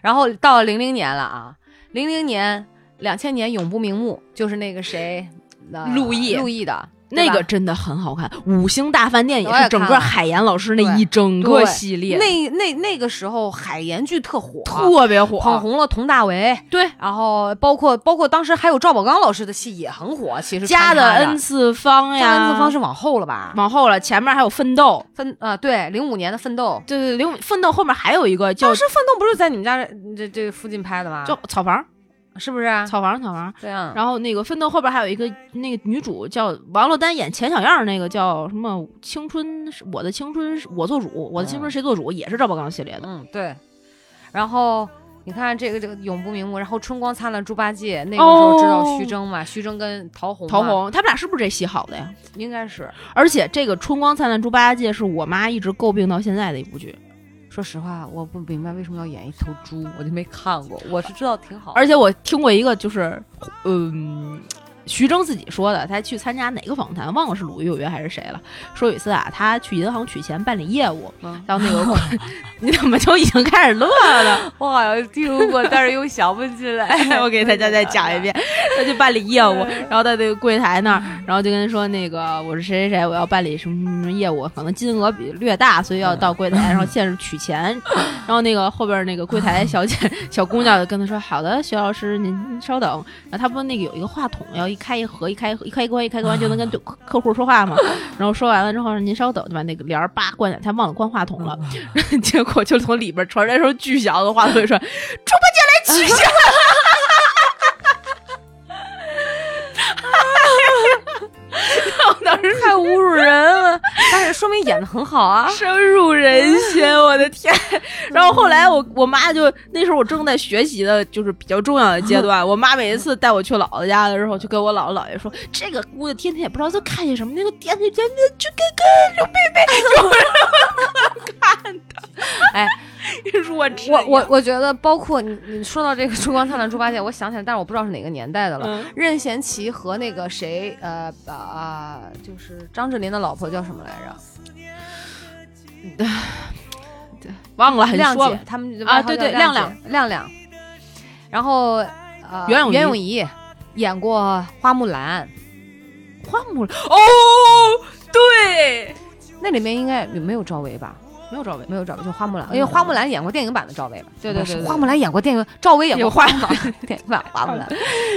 S1: 然后到零零年了啊，零零年、两千年永不瞑目，就是那个谁，呃
S2: 陆毅
S1: 陆毅的对
S2: 那
S1: 吧
S2: 个真的很好看，《五星大饭店》
S1: 我也
S2: 也是整
S1: 看了
S2: 个海岩老师那一整
S1: 对
S2: 个系列，
S1: 那那那个时候海岩剧特火，啊
S2: 特别火，
S1: 捧红了佟大为，
S2: 对，
S1: 然后包括包括当时还有赵宝刚老师的戏也很火，其实
S2: 加
S1: 穿
S2: 的
S1: 插的
S2: n 次方呀，
S1: 加恩次方是往后了吧？
S2: 往后了，前面还有奋斗，
S1: 奋啊、对，零五年的奋斗，
S2: 对对，零奋斗后面还有一个叫
S1: 当时奋斗不是在你们家这这附近拍的吗？
S2: 叫草房，
S1: 是不是啊？
S2: 草房，草房。
S1: 对啊，
S2: 然后那个奋斗后边还有一个那个女主叫王珞丹演钱小样儿那个叫什么青春是我的青春是我做主我的青春谁做主也是赵宝刚系列的
S1: 嗯，对。然后你看这个这个永不瞑目，然后春光灿烂猪八戒，那个时
S2: 哦
S1: 候知道徐峥嘛？徐峥跟陶虹，
S2: 陶，虹他们俩是不是这戏好的呀？
S1: 应该是。
S2: 而且这个《春光灿烂猪八戒》是我妈一直诟病到现在的一部剧，
S1: 说实话，我不明白为什么要演一头猪，我就没看过。我是知道挺好，
S2: 而且我听过一个就是，嗯，徐峥自己说的，他去参加哪个访谈，忘了是鲁豫有约还是谁了，说有一次啊，他去银行取钱办理业务，
S1: 嗯
S2: 然后那个 你怎么就已经开始乐了？
S1: 我好像听过，但是又想不起来
S2: 我给大家再讲一遍，他去办理业务，然后在那个柜台那儿，然后就跟他说那个我是谁谁谁，我要办理什么什么业务，可能金额比略大，所以要到柜台，然后现实取钱，然后那个后边那个柜台 小姐小姑娘就跟他说好的，徐老师您稍等，然后他不那个有一个话筒，要一开一合，一开一合一开一关，一开一关就能 跟对客客户说话嘛，然后说完了之后您稍等，就把那个帘儿叭关起来，他忘了关话筒了， 结果就从里边传来一声巨响，和话筒里说嗯猪八戒来取钱。 当时
S1: 太侮辱人了。但是说明演的很好啊。
S2: 深入人心，我的 天！然后后来我我妈就那时候我正在学习的，就是比较重要的阶段。我妈每一次带我去姥姥家的时候，就跟我姥姥姥爷说，这个姑娘天天也不知道在看些什么，那个电视天天就跟跟刘贝贝
S1: 哎
S2: 有人看的。哎，弱智！
S1: 我我我觉得，包括你你说到这个《春光灿烂猪八戒》，我想起来，但是我不知道是哪个年代的了。
S2: 嗯
S1: 任贤齐和那个谁，呃啊、啊就是张智霖的老婆叫什么来着？
S2: 忘了，你
S1: 亮
S2: 说
S1: 姐
S2: 吧，
S1: 他们
S2: 啊对对
S1: 亮
S2: 亮
S1: 亮
S2: 亮
S1: 亮。然后呃，
S2: 袁咏仪
S1: 袁咏仪演过《花木兰》，
S2: 花木兰哦，对，
S1: 那里面应该有没有赵薇吧？
S2: 没有赵薇，
S1: 没有赵薇，就花木兰，因为花木兰演过电影版的赵薇吧？
S2: 对对对
S1: 是
S2: 对对
S1: 花木兰演过电影，赵薇演过
S2: 有花
S1: 木兰电影版花木兰。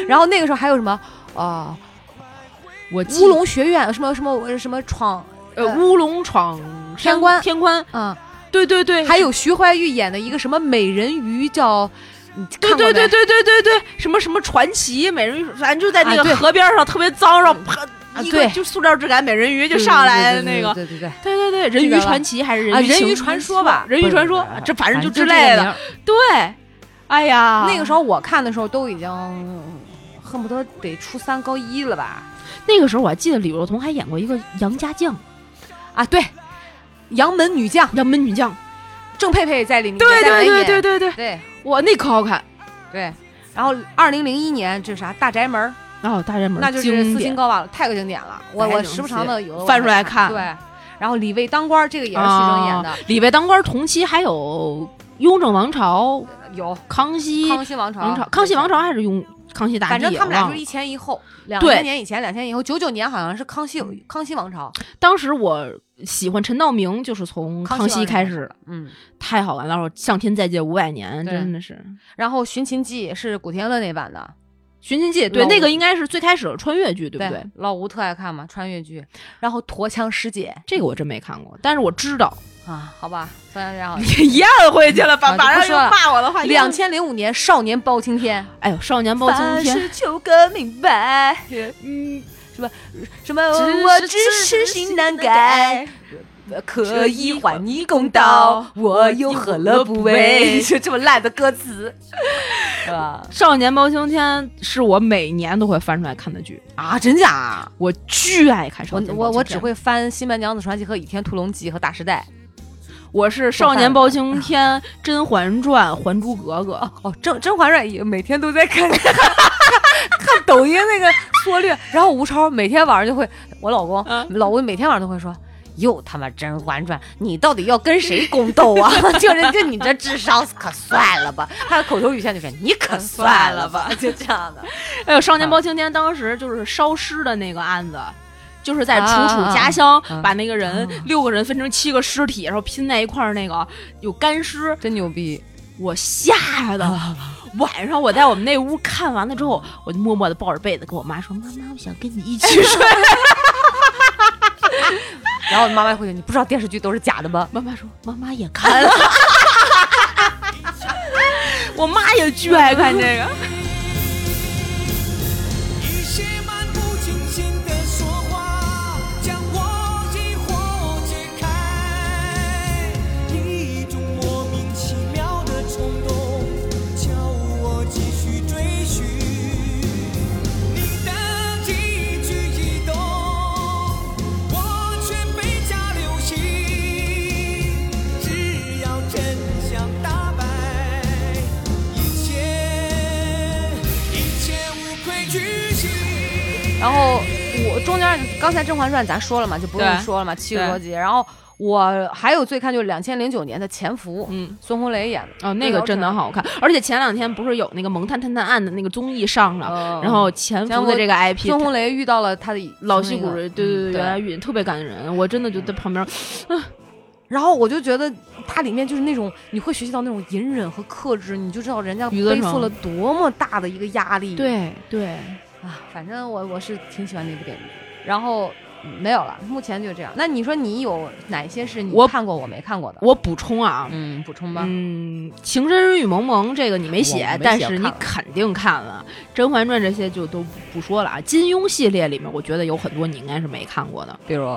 S1: 然后那个时候还有什么啊？
S2: 我
S1: 乌龙学院什么什么什么闯
S2: 呃乌龙闯
S1: 天关
S2: 天关，
S1: 啊，
S2: 对对对，
S1: 还有徐怀钰演的一个什么美人鱼叫，你看
S2: 对
S1: 过
S2: 对对
S1: 没
S2: 对对对对，什么什么传奇美人鱼，反正就在那
S1: 啊对
S2: 个河边上特别脏，然后啪
S1: 啊
S2: 一
S1: 对
S2: 个就塑料质感美人鱼就上来的那个。
S1: 对对对
S2: 对对对，人
S1: 记得
S2: 鱼
S1: 了
S2: 传奇还是
S1: 对啊，
S2: 人
S1: 人鱼
S2: 情
S1: 传说吧，
S2: 人鱼传说
S1: 不是，
S2: 这反正就
S1: 就
S2: 之类
S1: 这个名
S2: 的。
S1: 儿。
S2: 对，哎呀，
S1: 那个时候我看的时候都已经恨不得得初三高一了吧？
S2: 那个时候我还记得李若彤还演过一个杨家将，
S1: 啊，对，杨门女将
S2: 杨门女将。
S1: 郑佩佩在里面，
S2: 对
S1: 在
S2: 对
S1: 里面
S2: 对对对对，
S1: 对
S2: 哇，那可好看。
S1: 对。然后，二零零一年这啥大宅门儿，
S2: 哦，大宅门
S1: 那就是
S2: 经
S1: 四
S2: 典
S1: 清高瓦了，太有经典了。我
S2: 太
S1: 我
S2: 经
S1: 时不常的有的我
S2: 翻出
S1: 还
S2: 来看
S1: 对，然后李卫当官儿，这个也是徐峥演的
S2: 啊，李卫当官同期还有《雍正王朝》《
S1: 有
S2: 康熙》
S1: 康熙王朝，
S2: 王朝，康熙王朝还是雍康熙大帝
S1: 反
S2: 也忘
S1: 正
S2: 了，
S1: 他们俩就是一前一后，两
S2: 对
S1: 千年以前，两千年以后，九九年好像是康熙康熙王朝，
S2: 当时我喜欢陈道明，就是从
S1: 康
S2: 康
S1: 熙
S2: 熙
S1: 王
S2: 开
S1: 朝
S2: 始，
S1: 嗯，
S2: 太好玩了！我上天再借五百年，
S1: 对
S2: 真的是《
S1: 然后《寻秦记》是古天乐那版的，
S2: 寻秦记》对
S1: 老
S2: 那个应该是最开始的穿越剧，对不对？
S1: 老吴特爱看嘛，穿越剧，然后《驼枪师姐
S2: 这个我真没看过，但是我 知道》
S1: 啊，好吧，虽然然后
S2: 一样回去了，
S1: 啊就不说了
S2: 骂我的话
S1: 两千零五年少年包青天，
S2: 哎呦，少年包青天，
S1: 求个明 白，
S2: 嗯，
S1: 什么
S2: 心，，
S1: 呃可以还你公
S2: 道
S1: 道，我又何乐不为？就这么烂的歌 词，是吧？
S2: 少年包青天是我每年都会翻出来看的剧，
S1: 啊，真假？
S2: 我巨爱看少
S1: 我
S2: 年包青天。
S1: 我我只会翻《新白娘子传奇》和《倚天屠龙记》和《大时代
S2: 我是少年包青天、《甄嬛传》《还珠格格》》。
S1: 哦，《甄甄嬛传》也每天都在看， 看看抖音那个缩略。然后吴超每天晚上就会，我老公、
S2: 嗯
S1: 老吴每天晚上都会说。又他妈《甄嬛传》，你到底要跟谁宫斗啊？ 就是就你这智商，可算了吧！他的口头语现就是你可嗯算了吧，就这 样的。
S2: 还有哎少
S1: 啊
S2: 年包青天当时就是烧尸的那个案子，就是在楚楚家乡、
S1: 啊
S2: 把那个人、六个人分成七个尸体，然后拼在一块儿，那个有干尸，
S1: 真牛逼！
S2: 我吓的。
S1: 啊
S2: 晚上我在我们那屋看完了之后，我就默默的抱着被子跟我妈说：“妈妈，我想跟你一起睡。
S1: 然后妈妈会说：“你不知道电视剧都是假的吗”
S2: 妈妈说：“妈妈也看了。” 我妈 也巨爱看这
S1: 嗯
S2: 个。
S4: 一些漫不经心的说话，将我疑惑解开。一种莫名其妙的冲动，叫我继续追寻。你的一举一动，我全被加流行。只要真相大白，一切一切无愧于心。
S1: 然后我中间刚才《甄嬛传》咱说了嘛，就不用
S2: 对
S1: 说了嘛，七
S2: 对
S1: 十多集。然后我还有最看就是两千零九年的《潜伏》，
S2: 嗯，
S1: 孙红雷演的。
S2: 哦，那个真的
S1: 对
S2: 好看，而且前两天不是有那个《萌探探探案》的那个综艺上了，
S1: 嗯
S2: 然后潜
S1: 潜
S2: 伏
S1: 伏
S2: 的这个 IP，
S1: 孙红雷遇到了他的
S2: 老戏骨
S1: 那个
S2: 儿，对对
S1: 嗯
S2: 对，原来语特别感人，我真的就在旁边儿，
S1: 然后我就觉得它里面就是那种你会学习到那种隐忍和克制，你就知道人家
S2: 余则
S1: 背负
S2: 成
S1: 了多么大的一个压力。
S2: 对对，
S1: 啊，反正我我是挺喜欢那部电影的。然后。嗯没有了，目前就这样。那你说你有哪些是你
S2: 我
S1: 看过我没看过的？
S2: 我补充啊，
S1: 嗯，补充吧。
S2: 嗯，情深雨蒙蒙这个你没写
S1: 我没，写
S2: 但是
S1: 看
S2: 你
S1: 了
S2: 肯定看了《甄嬛传》这些就都不说了啊。金庸系列里面，我觉得有很多你应该是没看过的，
S1: 比如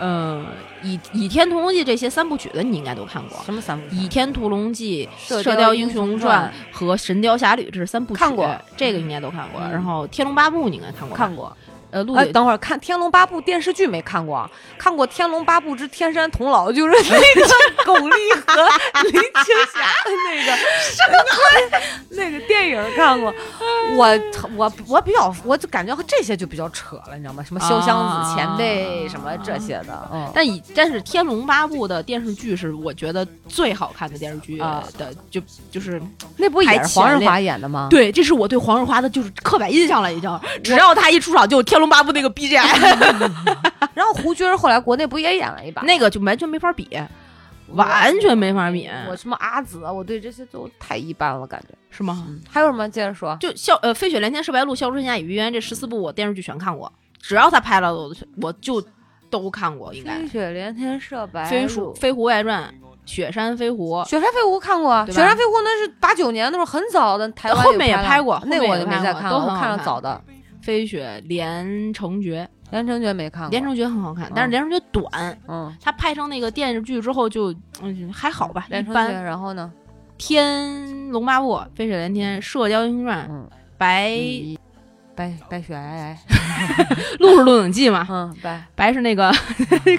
S2: 嗯，《倚倚天屠龙记》这些三部曲的你应该都看过，
S1: 什么三部
S2: 《倚天屠龙记》《
S1: 射
S2: 射
S1: 雕
S2: 雕
S1: 英
S2: 英雄
S1: 雄
S2: 传
S1: 传》
S2: 和《神雕侠侣》这是三部曲，
S1: 看过
S2: 这个应该都看过。
S1: 嗯
S2: 然后《天龙八部》你应该看过吧，
S1: 看过？
S2: 呃，陆
S1: 哎，
S2: 羽
S1: 等会儿看《天龙八部》电视剧没看过啊？看过《天龙八部之天山童姥》，就是那 个巩俐和林青霞的那个 什 么鬼？那个电影看过。我我我比较，我就感觉这些就比较扯了，你知道吗？什么潇湘子前辈、
S2: 啊
S1: 什么这些的，嗯。
S2: 但以但是《天龙八部》的电视剧是我觉得最好看的电视剧的，
S1: 啊
S2: 就就是
S1: 那不也
S2: 还
S1: 是黄日
S2: 前
S1: 华演的吗？
S2: 对，这是我对黄日华的就是刻板印象了，已经。只要他一出场，就有《天龙八部》那个 BGM，
S1: 然后胡军儿后来国内不也演了一把？
S2: 那个就完全没法比， 完全没法比，
S1: 我什么阿紫，啊我对这些都太一般了，感觉。
S2: 是吗？
S1: 嗯，还有什么？接着说。
S2: 就笑呃，《飞雪连天射白鹿》《笑春霞与月圆》这十四部我电视剧全看过，只要他拍了我就我就都看过，应该
S1: 飞。雪连天射白
S2: 飞
S1: 鹿
S2: 鼠飞狐外传》《雪山飞狐》
S1: 雪山飞狐看过啊，
S2: 对
S1: 雪
S2: 吧
S1: 山飞狐那是八九年的时候很早的，台湾
S2: 后面也
S1: 了
S2: 拍过
S1: 那个
S2: 后
S1: 我
S2: 面也
S1: 就没
S2: 拍
S1: 再
S2: 过
S1: 看
S2: 都
S1: 了，
S2: 很
S1: 我
S2: 好
S1: 看了
S2: 看
S1: 早的
S2: 《飞雪连城诀
S1: 《连城诀》没看》，
S2: 《
S1: 过，
S2: 连城诀》很好看，但是《
S1: 嗯
S2: 连城诀》短，
S1: 嗯，
S2: 他拍成那个电视剧之后就，嗯还好吧，
S1: 《连
S2: 一
S1: 城诀》，
S2: 般。
S1: 然后呢，
S2: 天龙八部、飞雪连天、射雕英雄传、
S1: 嗯，
S2: 白
S1: 白白雪皑 皑，
S2: 鹿是《鹿鼎记》嘛，
S1: 嗯，白
S2: 白是那个嗯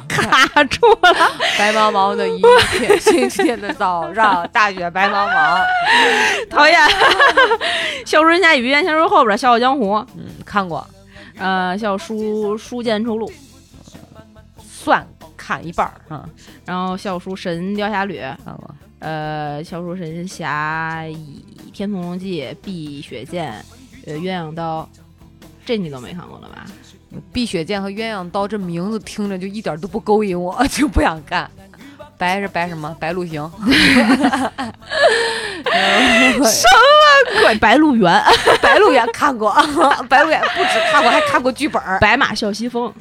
S2: 卡住了，
S1: 白茫茫的一片新鲜的早上，大雪白茫茫，
S2: 讨厌。嗯 笑书人家与月先说后边《笑傲江湖》，
S1: 嗯，看过，
S2: 呃，笑书《书剑仇录》，
S1: 算看一半儿，嗯，
S2: 然后笑书《神雕侠侣》，
S1: 看过，
S2: 呃，笑书《神侠》《倚天屠龙记》《碧血剑》《呃，鸳鸯刀，这你都没看过了吧？
S1: 碧血剑和鸳鸯刀这名字听着就一点都不勾引我， 就不想看。白是白什么？白鹿行。
S2: 怪白鹿原，
S1: 白鹿原看过， 白鹿原不止看过，还看过剧本儿。
S2: 白马啸西风。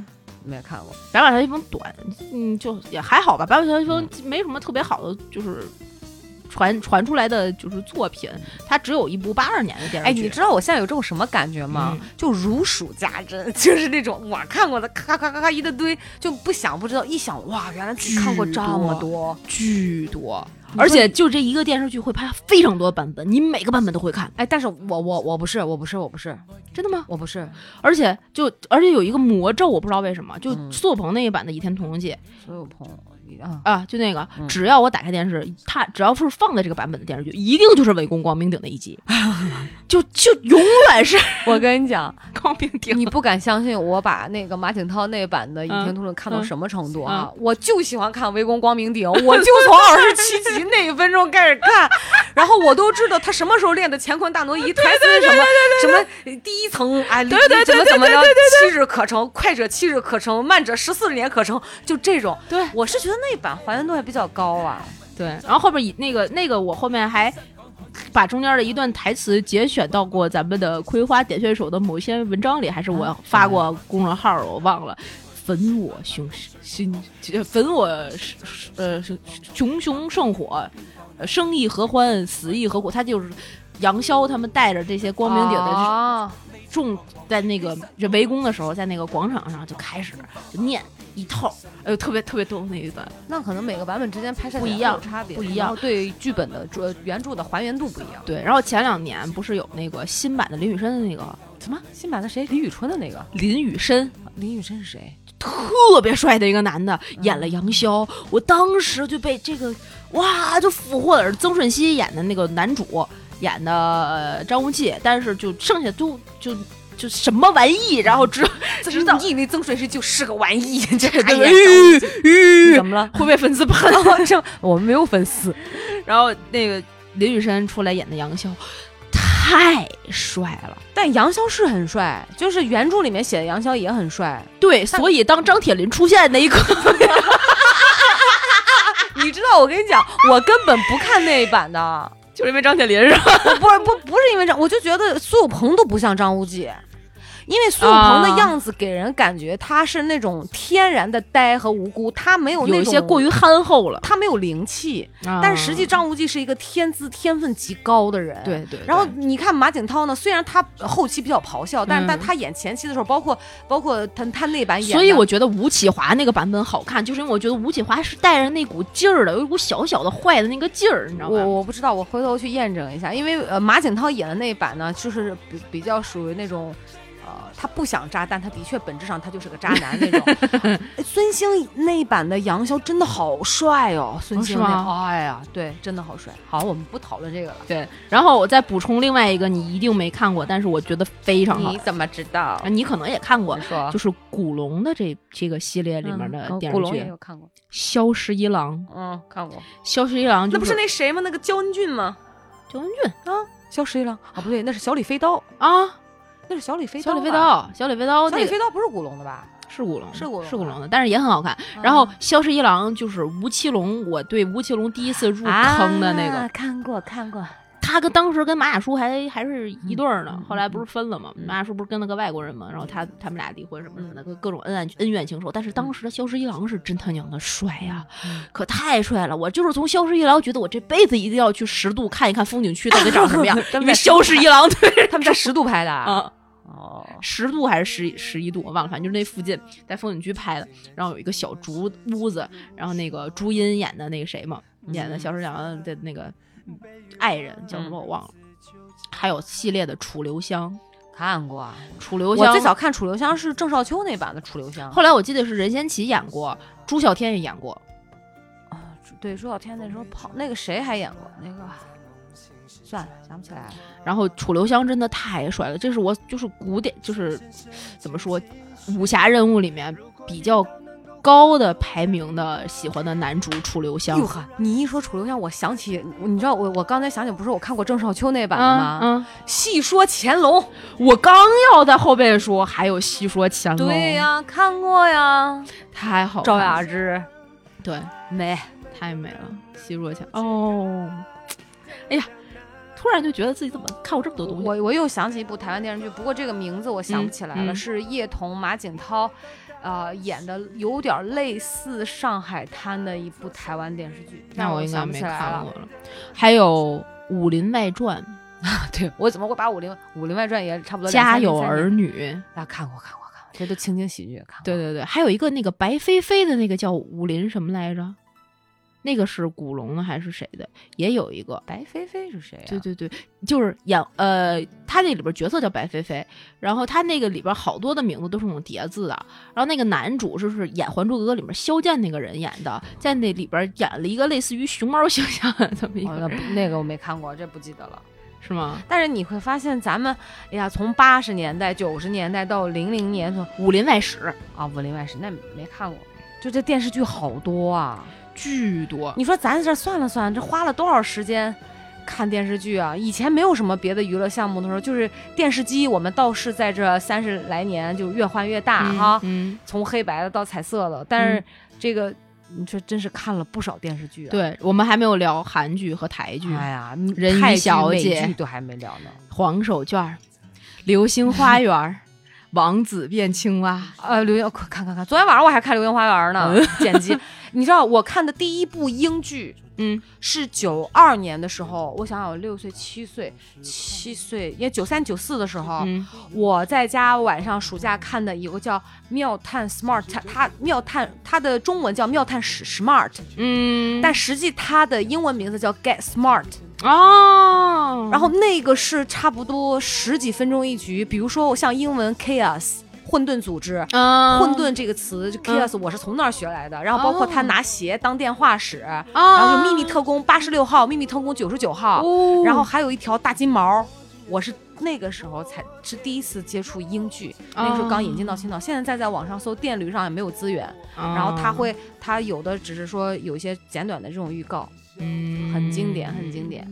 S1: 没看过，
S2: 白马啸西风短，嗯，就也还好吧。白马啸西风
S1: 嗯
S2: 没什么特别好的，就是传传出来的就是作品，
S1: 嗯
S2: 它只有一部八二年的电视
S1: 哎，
S2: 剧。
S1: 你知道我现在有这种什么感觉吗？
S2: 嗯
S1: 就如数家珍，就是那种我看过的，咔咔咔咔一大堆，就不想不知道，一想哇，原来自己看过这么
S2: 巨
S1: 多，
S2: 巨多，
S1: 你
S2: 而
S1: 说
S2: 且就这一个电视剧会拍非常多版本，你每个版本都会看，
S1: 哎，但是我我我不是我不是我不是
S2: 真的吗？
S1: 我不是，
S2: 而且就而且有一个魔咒，我不知道为什么，就
S1: 嗯
S2: 苏有朋那一版的《倚天屠龙记》
S1: 所有朋友啊，
S2: 啊，就那个，
S1: 嗯
S2: 只要我打开电视，它只要是放在这个版本的电视剧，一定就是伪公光明顶那一 集，就就永远是
S1: 我跟你讲，
S2: 光明顶。
S1: 你不敢相信我把那个马景涛那版的《倚天屠龙》看到什么程度啊！我就喜欢看《围攻光明顶》， 我就从二十七集那一分钟开始看，然后我都知道他什么时候练的乾坤大挪移、抬孙什么什么第一层哎，对
S2: 对对
S1: 怎么
S2: 对
S1: 怎么
S2: 对
S1: 着
S2: 对对，
S1: 七日可成，快者七日可成，慢者十四年可成，就这种。
S2: 对
S1: 我是觉得那版还原度还比较高啊。
S2: 对，然后后面以那个那个我后面还。把中间的一段台词节选到过咱们的《葵花点穴手》的某些文章里，还是我发过公众号，我忘了。焚我熊心，焚我呃熊熊圣火，呃生亦何欢，死亦何苦？他就是杨逍他们带着这些光明顶的
S1: 啊，
S2: 众在那个就围攻的时候，在那个广场上就开始就念一套，呃，特别特别逗那一段。
S1: 那可能每个版本之间拍摄
S2: 不
S1: 点
S2: 一样
S1: 有差别
S2: 不一
S1: 然
S2: 样
S1: 后对剧本的主呃原著的还原度不一样。
S2: 对，然后前两年不是有那个新版的林雨申的那个
S1: 什么新版的谁？李宇春的那个
S2: 林雨申，
S1: 林宇申是谁？
S2: 特别帅的一个男的，
S1: 嗯
S2: 演了杨逍，我当时就被这个哇就俘获了。曾舜晞演的那个男主演的、呃张无忌，但是就剩下都就就什么玩意，然后只
S1: 知道你以为曾舜晞就是个玩意， 这
S2: 哎呀
S1: 怎么了？哦
S2: 会被粉丝喷。
S1: 这我们没有粉丝，
S2: 然后那个林雨申出来演的杨逍，太帅了。
S1: 但杨逍是很帅，就是原著里面写的杨逍也很帅。
S2: 对，所以当张铁林出现那一刻，
S1: 你知道，我跟你讲，我根本不看那一版 的，
S2: 就是因为张铁林是吧？
S1: 我不是不不是因为这样，我就觉得苏有朋都不像张无忌。因为苏有朋的
S2: 啊
S1: 样子给人感觉他是那种天然的呆和无辜，他没有那种
S2: 有一些过于憨厚了，啊
S1: 他没有灵气，但
S2: 但
S1: 实际张无忌是一个天资天分极高的人，。
S2: 对对，
S1: 然后你看马景涛呢，虽然他后期比较咆哮，但是但
S2: 嗯
S1: 他演前期的时候，包括包括他他那版演的，
S2: 所以我觉得吴启华那个版本好看，就是因为我觉得吴启华是带着那股劲儿的，有一股小小的坏的那个劲儿，你知道
S1: 我
S2: 吗？
S1: 我不知道，我回头去验证一下，因为呃马景涛演的那一版呢，就是比比较属于那种。呃，他不想渣，但他的确本质上他就是个渣男那 种。哎孙兴那一版的杨逍真的好帅哦，孙
S2: 哦
S1: 兴
S2: 是
S1: 那、
S2: 吗
S1: 哎呀，对，真的好帅。好，我们不讨论这个了。
S2: 对，然后我再补充另外一个你一定没看过，但是我觉得非常好
S1: 你，怎么知道
S2: 啊？你可能也看过
S1: 你，说
S2: 就是古龙的这这个系列里面的
S1: 嗯
S2: 电
S1: 古
S2: 视
S1: 龙
S2: 剧
S1: 也
S2: 《
S1: 有看过，
S2: 萧十一郎》。
S1: 嗯，看过。
S2: 萧十一郎就
S1: 那不是那谁吗？那个焦恩俊吗？
S2: 焦恩俊
S1: 萧十一郎啊，不对，那是小李飞刀，
S2: 啊，
S1: 那是小李飞刀。
S2: 小李飞，刀，小李飞刀
S1: 小
S2: 那
S1: 李
S2: 个
S1: 飞刀不是古龙的吧？
S2: 是古龙，
S1: 是古龙嗯
S2: 是古
S1: 吧
S2: 龙的，但是也很好看。然后萧十一郎就是吴奇隆，我对吴奇隆第一次入坑的那个，
S1: 啊看过看过。
S2: 他跟当时跟马雅舒还还是一对儿呢，
S1: 嗯
S2: 后来不是分了吗？
S1: 嗯
S2: 马雅舒不是跟了个外国人嘛，然后他他们俩离婚什么什么的，
S1: 嗯，
S2: 各各种恩爱恩怨情仇。但是当时的萧十一郎是真他娘的帅呀、可太帅了！我就是从萧十一郎觉得我这辈子一定要去十渡看一看风景区到底长什么样
S1: 真
S2: 因
S1: 的
S2: 为萧十一郎 对
S1: 他们在十度拍的啊。
S2: 啊。
S1: 哦，
S2: 十度还是十十一度，我忘了，反正就是那附近，在风景区拍的。然后有一个小竹屋子，然后那个朱茵演的那个谁嘛，演
S1: 嗯
S2: 的小沈阳的那个爱人叫什么我忘了。
S1: 嗯
S2: 还有系列的《楚留香
S1: 看过啊。》，
S2: 《楚留香》
S1: 我最早看《楚留香》是郑少秋那版的《楚留香》。
S2: 后来我记得是任贤齐演过，朱孝天也演过，
S1: 啊对，朱小天那时候跑，那个谁还演过那个？算了，想不起来了。
S2: 然后楚留香真的太帅了，这是我就是古典就是怎么说武侠人物里面比较高的排名的喜欢的男主楚留香
S1: 哟。呵，你一说楚留香，我想起，你知道我我刚才想起，不是我看过郑少秋那版的吗
S2: 啊？嗯，
S1: 细说乾隆，
S2: 我刚要在后背说，还有戏说乾隆，
S1: 对、呀、看过呀，
S2: 太好看了，
S1: 赵雅芝
S2: 对，
S1: 美，
S2: 太美了，戏若乾哦，哎呀，突然就觉得自己怎么看过这么多东西，
S1: 我我又想起一部台湾电视剧，不过这个名字我想不起来了，
S2: 嗯嗯
S1: 是叶童、马景涛，呃演的，有点类似《上海滩》的一部台湾电视剧，但
S2: 那
S1: 是我
S2: 应该
S1: 想不
S2: 没
S1: 起来
S2: 看
S1: 了
S2: 过。了。还有《武林外传
S1: 对我怎么会把《武林武林外传》也差不》多
S2: 《
S1: 两
S2: 家
S1: 三年
S2: 有
S1: 前
S2: 儿女》，
S1: 啊看过看过看过，这都情景喜剧看过。
S2: 对对对，还有一个那个白飞飞的那个叫武林什么来着？那个是古龙的还是谁的？也有一个，
S1: 白飞飞是谁啊哦呀、
S2: 对对对，就是演呃，他那里边角色叫白飞飞，然后他那个里边好多的名字都是那种叠字的，然后那个男主就是演《还珠格格》里面萧剑那个人演的，在那里边演了一个类似于熊猫形象的这么一
S1: 哦，
S2: 个
S1: 那
S2: 人，
S1: 不那个我没看过，这不记得了。
S2: 是吗？
S1: 但是你会发现，咱们，哎呀，从八十年代、九十年代到零零年，从
S2: 《武林外史
S1: 啊《武林外史》那没看过，就这电视剧好多啊。》
S2: 巨多，
S1: 你说咱这算了算，这花了多少时间看电视剧啊？以前没有什么别的娱乐项目的时候，就是电视机，我们倒是在这三十来年就越换越大
S2: 嗯
S1: 哈，
S2: 嗯，
S1: 从黑白的到彩色的。但是
S2: 嗯
S1: 这个，你这真是看了不少电视剧啊。
S2: 对我们还没有聊韩剧和台剧，
S1: 哎呀，
S2: 人鱼
S1: 泰剧
S2: 小
S1: 美
S2: 姐
S1: 剧都还没聊 呢。
S2: 黄手绢儿、流星花园儿、王子变青蛙，
S1: 呃，流星，快看看看！昨天晚上我还看《流星花园》呢，剪辑。你知道我看的第一部英剧
S2: 嗯，
S1: 是九二年的时候，我想想，我六岁、七岁、七岁，也九三、九四的时候，
S2: 嗯
S1: 我在家晚上暑假看的有个叫《妙探 Smart》，它它妙探它的中文叫《妙探史 Smart》，
S2: 嗯，
S1: 但实际它的英文名字叫《Get Smart》。
S2: 哦，
S1: 然后那个是差不多十几分钟一局，比如说像英文 Chaos 混沌组织，
S2: 啊，
S1: 混沌这个词就 chaos，、我是从那儿学来的。然后包括他
S2: 嗯哦
S1: 拿鞋当电话使，
S2: 啊，
S1: 然后就秘密特工八十六号、秘密特工九十九号，
S2: 哦
S1: 啊然后还有一条大金毛。我是那个时候才是第一次接触英剧，
S2: 哦
S1: 那个时候刚引进到青岛，现在再在网上搜电驴上也没有资源。
S2: 哦啊
S1: 然后他会，他有的只是说有一些简短的这种预告，
S2: 嗯
S1: 很经典，很经典。。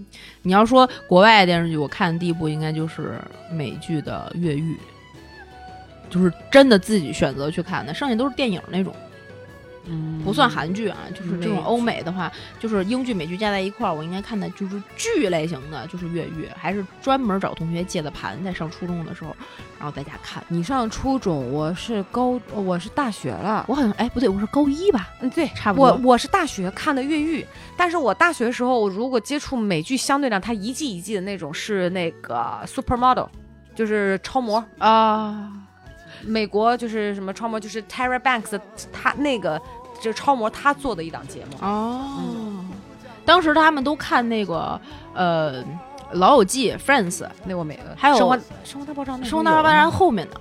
S2: 你要说国外电视剧，我看的第一部应该就是美剧的《越狱》，就是真的自己选择去看的，剩下都是电影那种。
S1: 嗯
S2: 不算韩剧啊，就是这
S1: 美
S2: 种
S1: 剧
S2: 欧美的话，就是英剧、美剧加在一块儿，我应该看的就是剧类型的，就是越狱，还是专门找同学借的盘，在上初中的时候，然后在家看。
S1: 你上初中，我是高，我是大学了。
S2: 我好像哎不对，我是高一吧？
S1: 嗯，对，
S2: 差不多
S1: 我我是大学看的《越狱》，但是我大学的时候如果接触美剧，相对量它一季一季的那种是那个 Supermodel，就是超模，
S2: 啊，
S1: 美国就是什么超模，就是 Tara Banks 的她那个就是超模她做的一档节目。
S2: 哦，当时他们都看那个呃《老友记》《Friends》《
S1: 那我没，
S2: 还有
S1: 生活生活大爆炸》，
S2: 生活大爆炸》
S1: 《
S2: 后面的。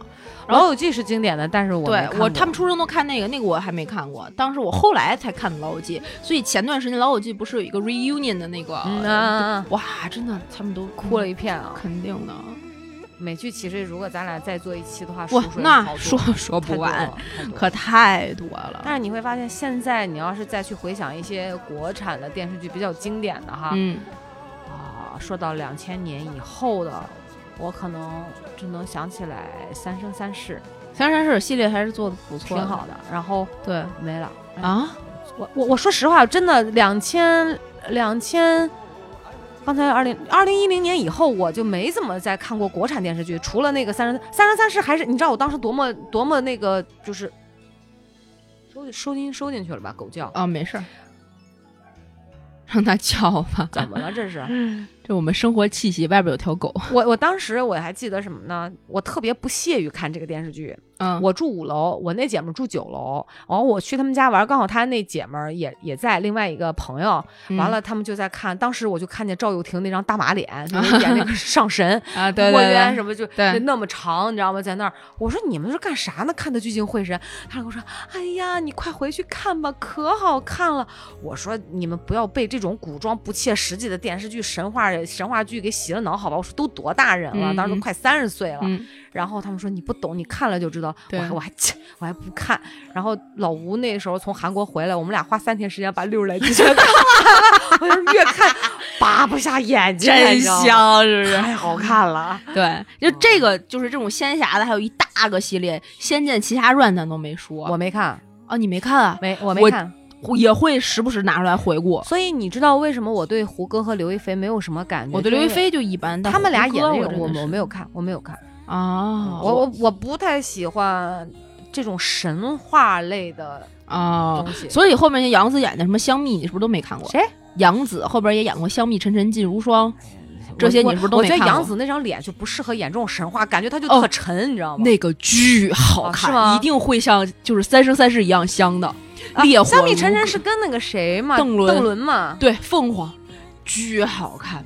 S1: 老友记》是经典的，但是我没
S2: 对
S1: 看
S2: 我
S1: 过
S2: 他们初中都看那个，那个我还没看过。当时我后来才看的《老友记》，所以前段时间《老友记》不是有一个 reunion 的那个、
S1: 嗯啊啊啊
S2: 哇，真的他们都
S1: 哭了一片啊。
S2: 肯定的。
S1: 美剧其实如果咱俩再做一期的话，
S2: 哇
S1: 数数也
S2: 那
S1: 好多
S2: 说说不
S1: 太多
S2: 完
S1: 了，太多了
S2: 可太多了。
S1: 但是你会发现，现在你要是再去回想一些国产的电视剧比较经典的哈，
S2: 嗯，
S1: 啊，说到两千年以后的，我可能只能想起来《三生三世
S2: 三生三世系列还是做的不》错，
S1: 挺。好嗯的，然后
S2: 对
S1: 没了。
S2: 啊，
S1: 我我我说实话，真的两千两千。刚才二零二零一零年以后，我就没怎么再看过国产电视剧，除了那个三生《三生三世》，还是你知道我当时多么多么那个就是收收进收进去了吧，狗叫
S2: 啊，没事儿，让它叫吧。
S1: 怎么了这是？
S2: 这我们生活气息，外边有条狗。
S1: 我我当时我还记得什么呢？我特别不屑于看这个电视剧。
S2: 嗯，
S1: 我住五楼，我那姐们儿住九楼，然后我去他们家玩，刚好她那姐们儿也也在，另外一个朋友，
S2: 嗯
S1: 完了他们就在看。当时我就看见赵又廷那张大马脸，就是演那 个上神。
S2: 啊，对
S1: 墨
S2: 对
S1: 渊
S2: 对
S1: 什，么就
S2: 对
S1: 就那么长，你知道吗？在那儿，我说你们是干啥呢？看的聚精会神。他跟我说：“哎呀，你快回去看吧，可好看了。”我说：“你们不要被这种古装不切实际的电视剧、神话神话剧给洗了脑，好吧？”我说：“都多大人了，
S2: 嗯
S1: 当时都
S2: 嗯
S1: 快三十岁了。
S2: 嗯
S1: 然后他们说你不懂，你看了就知道。我
S2: 对
S1: 还我还我还不看。然后老吴那时候从韩国回来，我们俩花三天时间把六十来集 全看完了，我就越看拔不下眼睛，
S2: 真
S1: 你知道吗，
S2: 香，是不是？
S1: 太好看了。
S2: 对，就这个就是这种仙侠的，还有一大个系列，《仙剑奇侠传》咱都没说。
S1: 我没看，
S2: 哦，你没看啊？
S1: 没我
S2: 我
S1: 没看。
S2: 也会时不时拿出来回顾。
S1: 所以你知道为什么我对胡歌和刘亦菲没有什么感觉？
S2: 我对刘亦
S1: 就是因为
S2: 菲就一般，但
S1: 他们俩
S2: 胡
S1: 演的
S2: 歌我
S1: 那种，
S2: 真的
S1: 我
S2: 是
S1: 我没有看，我没有看。
S2: 啊，
S1: 我我我不太喜欢这种神话类的
S2: 啊
S1: 东，西。
S2: 所以后面那杨紫演的什么香蜜，你是不是都没看过？
S1: 谁？
S2: 杨紫后边也演过《香蜜沉沉烬如霜》，这些你是不是都
S1: 我
S2: 没
S1: 觉得
S2: 看过？
S1: 杨紫那张脸就不适合演这种神话，感觉她就
S2: 哦
S1: 特沉，你知道吗？
S2: 那个巨好
S1: 啊
S2: 看，
S1: 是吗
S2: 一定会像就是《三生三世》一样香的。
S1: 啊
S2: 烈火
S1: 香蜜
S2: 如
S1: 沉沉
S2: 歌
S1: 是跟那个谁嘛，
S2: 邓
S1: 邓
S2: 伦哦
S1: 伦嘛，
S2: 对，凤凰，巨好看。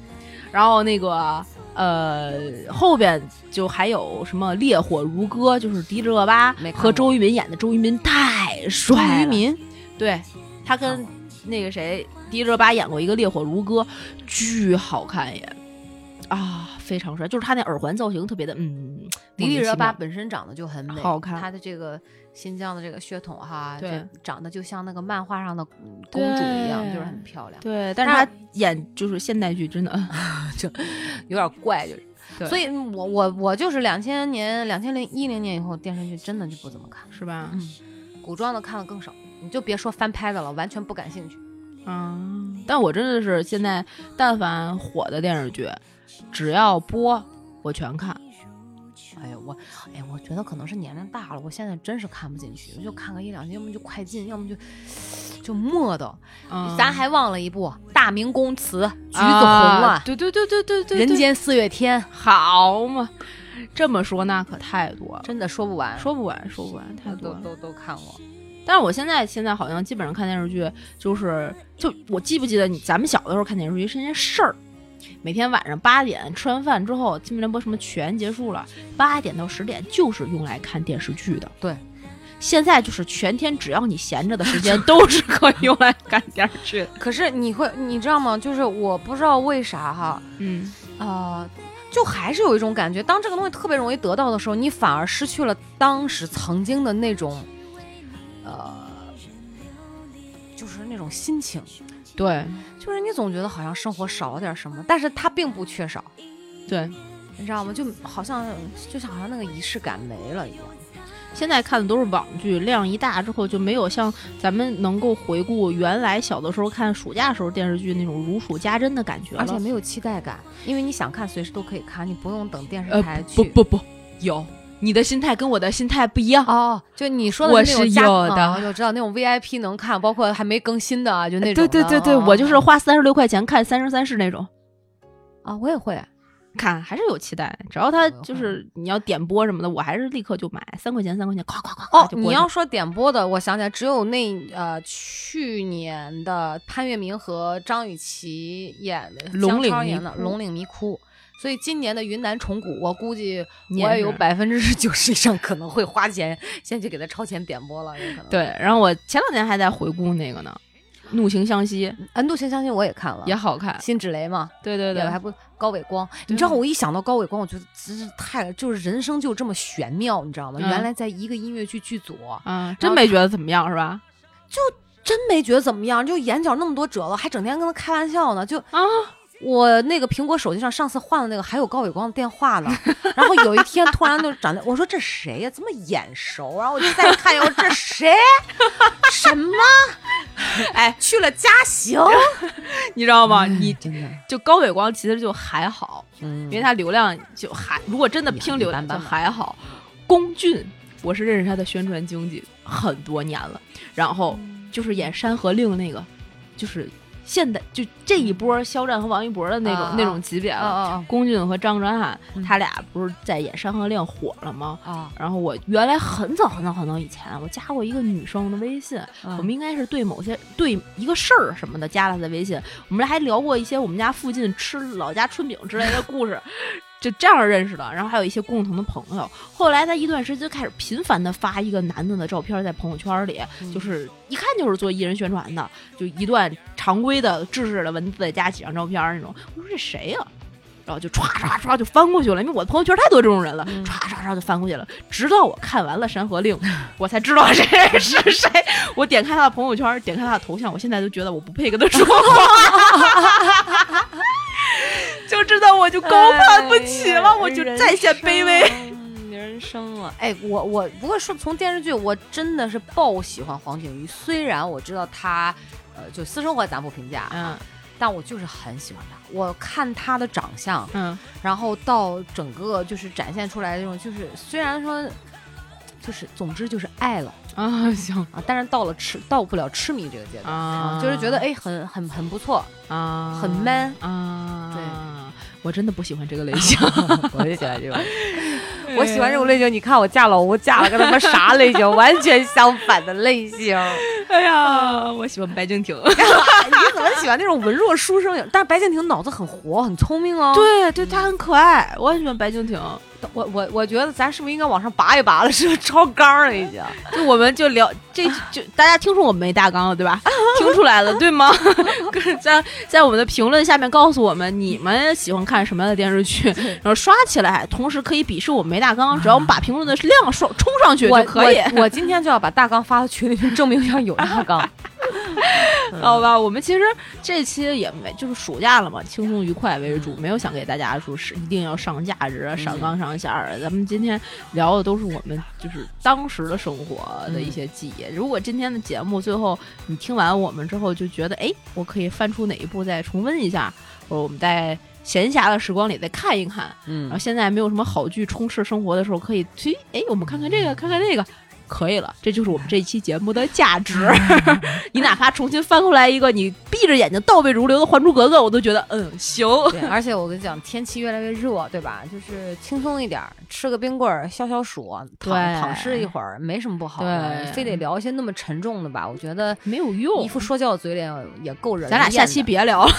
S2: 然后那个呃，后边就还有什么《烈火如歌》，就是迪丽热巴
S1: 没看
S2: 和
S1: 过
S2: 周渝民演的，周渝民太帅了。
S1: 周渝民
S2: 对他跟那个谁迪丽热巴演过一个《烈火如歌》，巨好看也啊，非常帅。就是他那耳环造型特别的，嗯，
S1: 迪丽热巴
S2: 莫名
S1: 本身长得就很美，
S2: 好看
S1: 她的这个新疆的这个血统哈，
S2: 对
S1: 就长得就像那个漫画上的嗯公主一样，
S2: 对
S1: 就是很漂亮
S2: 其妙。对，但是
S1: 那
S2: 他演就是现代剧，真的
S1: 有点怪，就是。
S2: 对
S1: 所以嗯我我我就是两千年、两千零一零年以后电视剧真的就不怎么看，
S2: 是吧？
S1: 古装的看的更少。你就别说翻拍的了，完全不感兴趣。
S2: 嗯，但我真的是现在，但凡火的电视剧，只要播我全看。
S1: 哎呀，我哎，我觉得可能是年龄大了，我现在真是看不进去，我就看个一两集，要么就快进，要么就就磨叨。
S2: 嗯，
S1: 咱还忘了一部《大明宫词》，橘子红
S2: 啊
S1: 了，
S2: 对对对对对对，
S1: 人
S2: 对
S1: 间四月天，
S2: 好嘛，这么说那可太多了，
S1: 真的说不完，
S2: 说不完，说不完，太多
S1: 都
S2: 了。
S1: 都都看过。
S2: 但是我现在现在好像基本上看电视剧，就是就我记不记得你咱们小的时候看电视剧是件事儿，每天晚上八点吃完饭之后，新闻联播什么全结束了，八点到十点就是用来看电视剧的。
S1: 对，
S2: 现在就是全天只要你闲着的时间都是可以用来看电视剧的。
S1: 可是你会你知道吗？就是我不知道为啥哈，
S2: 嗯，
S1: 啊，就还是有一种感觉，当这个东西特别容易得到的时候，你反而失去了当时曾经的那种，呃，就是那种心情，
S2: 对
S1: 就是你总觉得好像生活少了点什么，但是它并不缺少，
S2: 对，
S1: 你知道吗？就好像就像好像那个仪式感没了一样。
S2: 现在看的都是网剧，量一大之后就没有像咱们能够回顾原来小的时候看暑假时候电视剧那种如数家珍的感觉了。
S1: 而且没有期待感，因为你想看随时都可以看，你不用等电视
S2: 呃
S1: 台去。
S2: 不不啊不，有你的心态跟我的心态不一样。
S1: 哦，就你说的
S2: 我
S1: 那种
S2: 是
S1: 加
S2: 有的
S1: 啊我知道那种 VIP 能看，包括还没更新的啊，就那种
S2: 对
S1: 的。
S2: 对对对，
S1: 啊
S2: 我就是花三十六块钱看《三生三世》那种，
S1: 啊，我也会。
S2: 看还是有期待。只要他
S1: 我也会
S2: 就是你要点播什么的，我还是立刻就买，三块钱三块钱，咵咵咵咵
S1: 哦，
S2: 就
S1: 你
S2: 播
S1: 要
S2: 上
S1: 说点播的，我想起来，只有那呃去年的潘粤明和张雨绮演的
S2: 龙
S1: 姜
S2: 岭
S1: 超
S2: 迷
S1: 演的
S2: 窟
S1: 《龙岭迷窟》，所以今年的云南虫谷，我估计
S2: 你也
S1: 我也 有
S2: 是
S1: 百分之九十以上可能会花钱先去给他超前点播了，有可能。，
S2: 对。然后我前两天还在回顾那个呢，《怒晴湘西》
S1: 安度情相信我也看了，
S2: 也好看，
S1: 辛芷蕾嘛，
S2: 对对对
S1: 也，还不高伟光。
S2: 对
S1: 你知道我一想到高伟光，我觉得真是太就是人生就这么玄妙，你知道吗？
S2: 嗯
S1: 原来在一个音乐剧剧组，
S2: 嗯，
S1: 然
S2: 真
S1: 后
S2: 没觉得怎么样是吧？
S1: 真没觉得怎么样，就眼角那么多褶子，还整天跟他开玩笑呢。就
S2: 啊，
S1: 我那个苹果手机上上次换的那个还有高伟光的电话 呢，然后有一天突然就长得，我说这谁呀、这么眼熟？啊然后我就再看一眼，我说这 谁？什么？
S2: 哎，
S1: 去了嘉行？
S2: 你知道 吗？啊你
S1: 真的，
S2: 就高伟光其实就还好，
S1: 嗯
S2: 因为他流量就还，如果真的拼流量
S1: 一
S2: 就
S1: 般般吧
S2: 还好。龚俊，我是认识他的宣传经济很多年了，然后就是演《山河令》那个，就是现代就这一波肖战和王一博的那种、
S1: 啊
S2: 那种级别
S1: 啊
S2: 了。
S1: 啊
S2: 龚俊和张哲瀚
S1: 嗯
S2: 他俩不是在演《山河令》火了吗？
S1: 啊啊！
S2: 然后我原来很早很早很早以前，我加过一个女生的微信，
S1: 嗯
S2: 我们应该是对某些对一个事儿什么的加了她的微信，我们还聊过一些我们家附近吃老家春饼之类的故事， 就这样认识的。然后还有一些共同的朋友。后来她一段时间就开始频繁的发一个男的的照片在朋友圈里，
S1: 嗯
S2: 就是一看就是做艺人宣传的，就一段常规的制式的文字再加几张照片那种。我说这谁呀、啊然后就唰唰唰就翻过去了，因为我的朋友圈太多这种人了，
S1: 嗯
S2: 唰唰唰就翻过去了。直到我看完了《山河令》，我才知道谁是谁。我点开他的朋友圈，点开他的头像，我现在都觉得我不配跟他说话， 就知道我就
S1: 哎
S2: 高攀不起了，我就在线卑微。
S1: 微。嗯人生啊，哎，我我不过说从电视剧，我真的是爆喜欢黄景瑜，虽然我知道他，呃，就私生活咱不评价，
S2: 嗯
S1: 但我就是很喜欢他。我看他的长相，
S2: 嗯
S1: 然后到整个就是展现出来的这种，就是虽然说，就是总之就是爱了
S2: 啊，行
S1: 啊，但是到了痴到不了痴迷这个阶段，
S2: 啊
S1: 就是觉得哎很很很不错，
S2: 啊
S1: 很 man
S2: 啊，
S1: 对。
S2: 我真的不喜欢这个类 型，
S1: 我就喜欢这种，我喜欢这种类型。你看我嫁了，我嫁了跟他们啥类 型完全相反的类型。
S2: 哎呀， 我喜欢白敬亭。
S1: 哦 你怎么喜欢那种文弱书生型？但是白敬亭脑子很活，很聪明哦。，
S2: 对对，他很可爱，我很喜欢白敬亭。
S1: 我我我觉得咱是不是应该往上拔一拔了？是不是超纲了已经？
S2: 就我们就聊这就大家听出我们没大纲了对吧？ 听出来了对吗？ 跟在在我们的评论下面告诉我们你们喜欢看什么样的电视剧，然后刷起来，同时可以鄙视我们没大纲，只要我们把评论的量刷冲上去
S1: 啊我
S2: 就可以，
S1: 我我今天就要把大纲发到群里面，证明一下有大纲。
S2: 好吧？我们其实这期也没就是暑假了嘛，轻松愉快为主，没有想给大家说是一定要上价值、啊上纲上线儿。啊咱们今天聊的都是我们就是当时的生活的一些记忆。如果今天的节目最后你听完我们之后就觉得，哎，我可以翻出哪一部再重温一下，或者我们在闲暇的时光里再看一看。然后
S1: 嗯，
S2: 现在没有什么好剧充斥生活的时候，可以去，哎，我们看看这个，看看那个。可以了，这就是我们这期节目的价值。 你哪怕重新翻过来一个，你闭着眼睛倒背如流的《还珠格格》，我都觉得嗯行。
S1: 对，而且我跟你讲，天气越来越热，对吧？就是轻松一点儿，吃个冰棍儿消消暑，躺
S2: 对
S1: 躺尸一会儿，没什么不好的。
S2: 对
S1: 你非得聊一些那么沉重的吧？我觉得
S2: 没有
S1: 一
S2: 用，
S1: 副说教的嘴脸也够人厌的。
S2: 咱俩下期别聊了，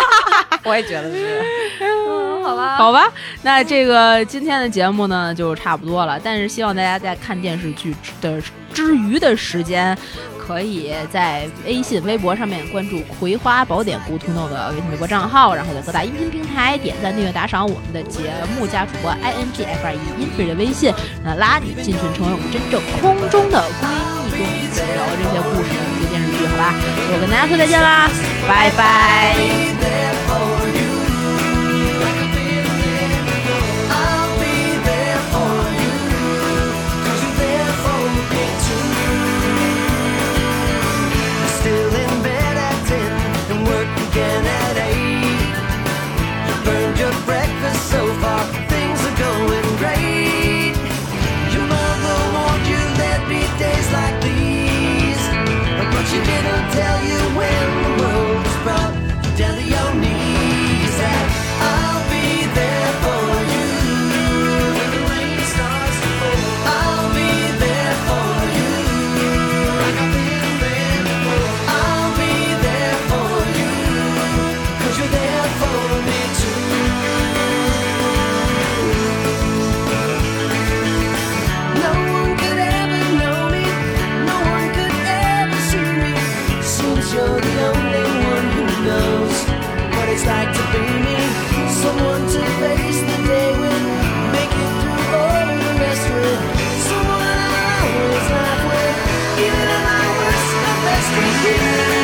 S1: 我也觉得是。嗯，好吧，
S2: 好吧？那这个今天的节目呢就差不多了，但是希望大家在看电视剧的之余的时间，可以在微信、微博上面关注“葵花宝典 Good to Know” 的微信、微博账号，然后在各大音频平台点赞、订阅、打赏我们的节目，加主播 i n g f r e 音频的微信，那拉你进群，成为我们真正空中的闺蜜，跟我们一起聊这些故事、这些电视剧，好吧？我跟大家说再见啦，拜拜。
S4: I'll be there for you, cause you're there for me too. Still in bed at 10 and work again at 8. You burned your breakfast so far, things are going great. Your mother warned you there'd be days like these, but she didn't tell you when the world was brought you down to your knees. And I'll be there for you. When the rain starts to fall, I'll be there for you. Like I've been there before. I'll be there for you. 'Cause you're there for me too. No one could ever know me. No one could ever see me. Seems you're the only one who knows what it's like to be me. Someone to face the day with, make it through all the rest with. Someone I always laugh with, even in my worst, my best with you.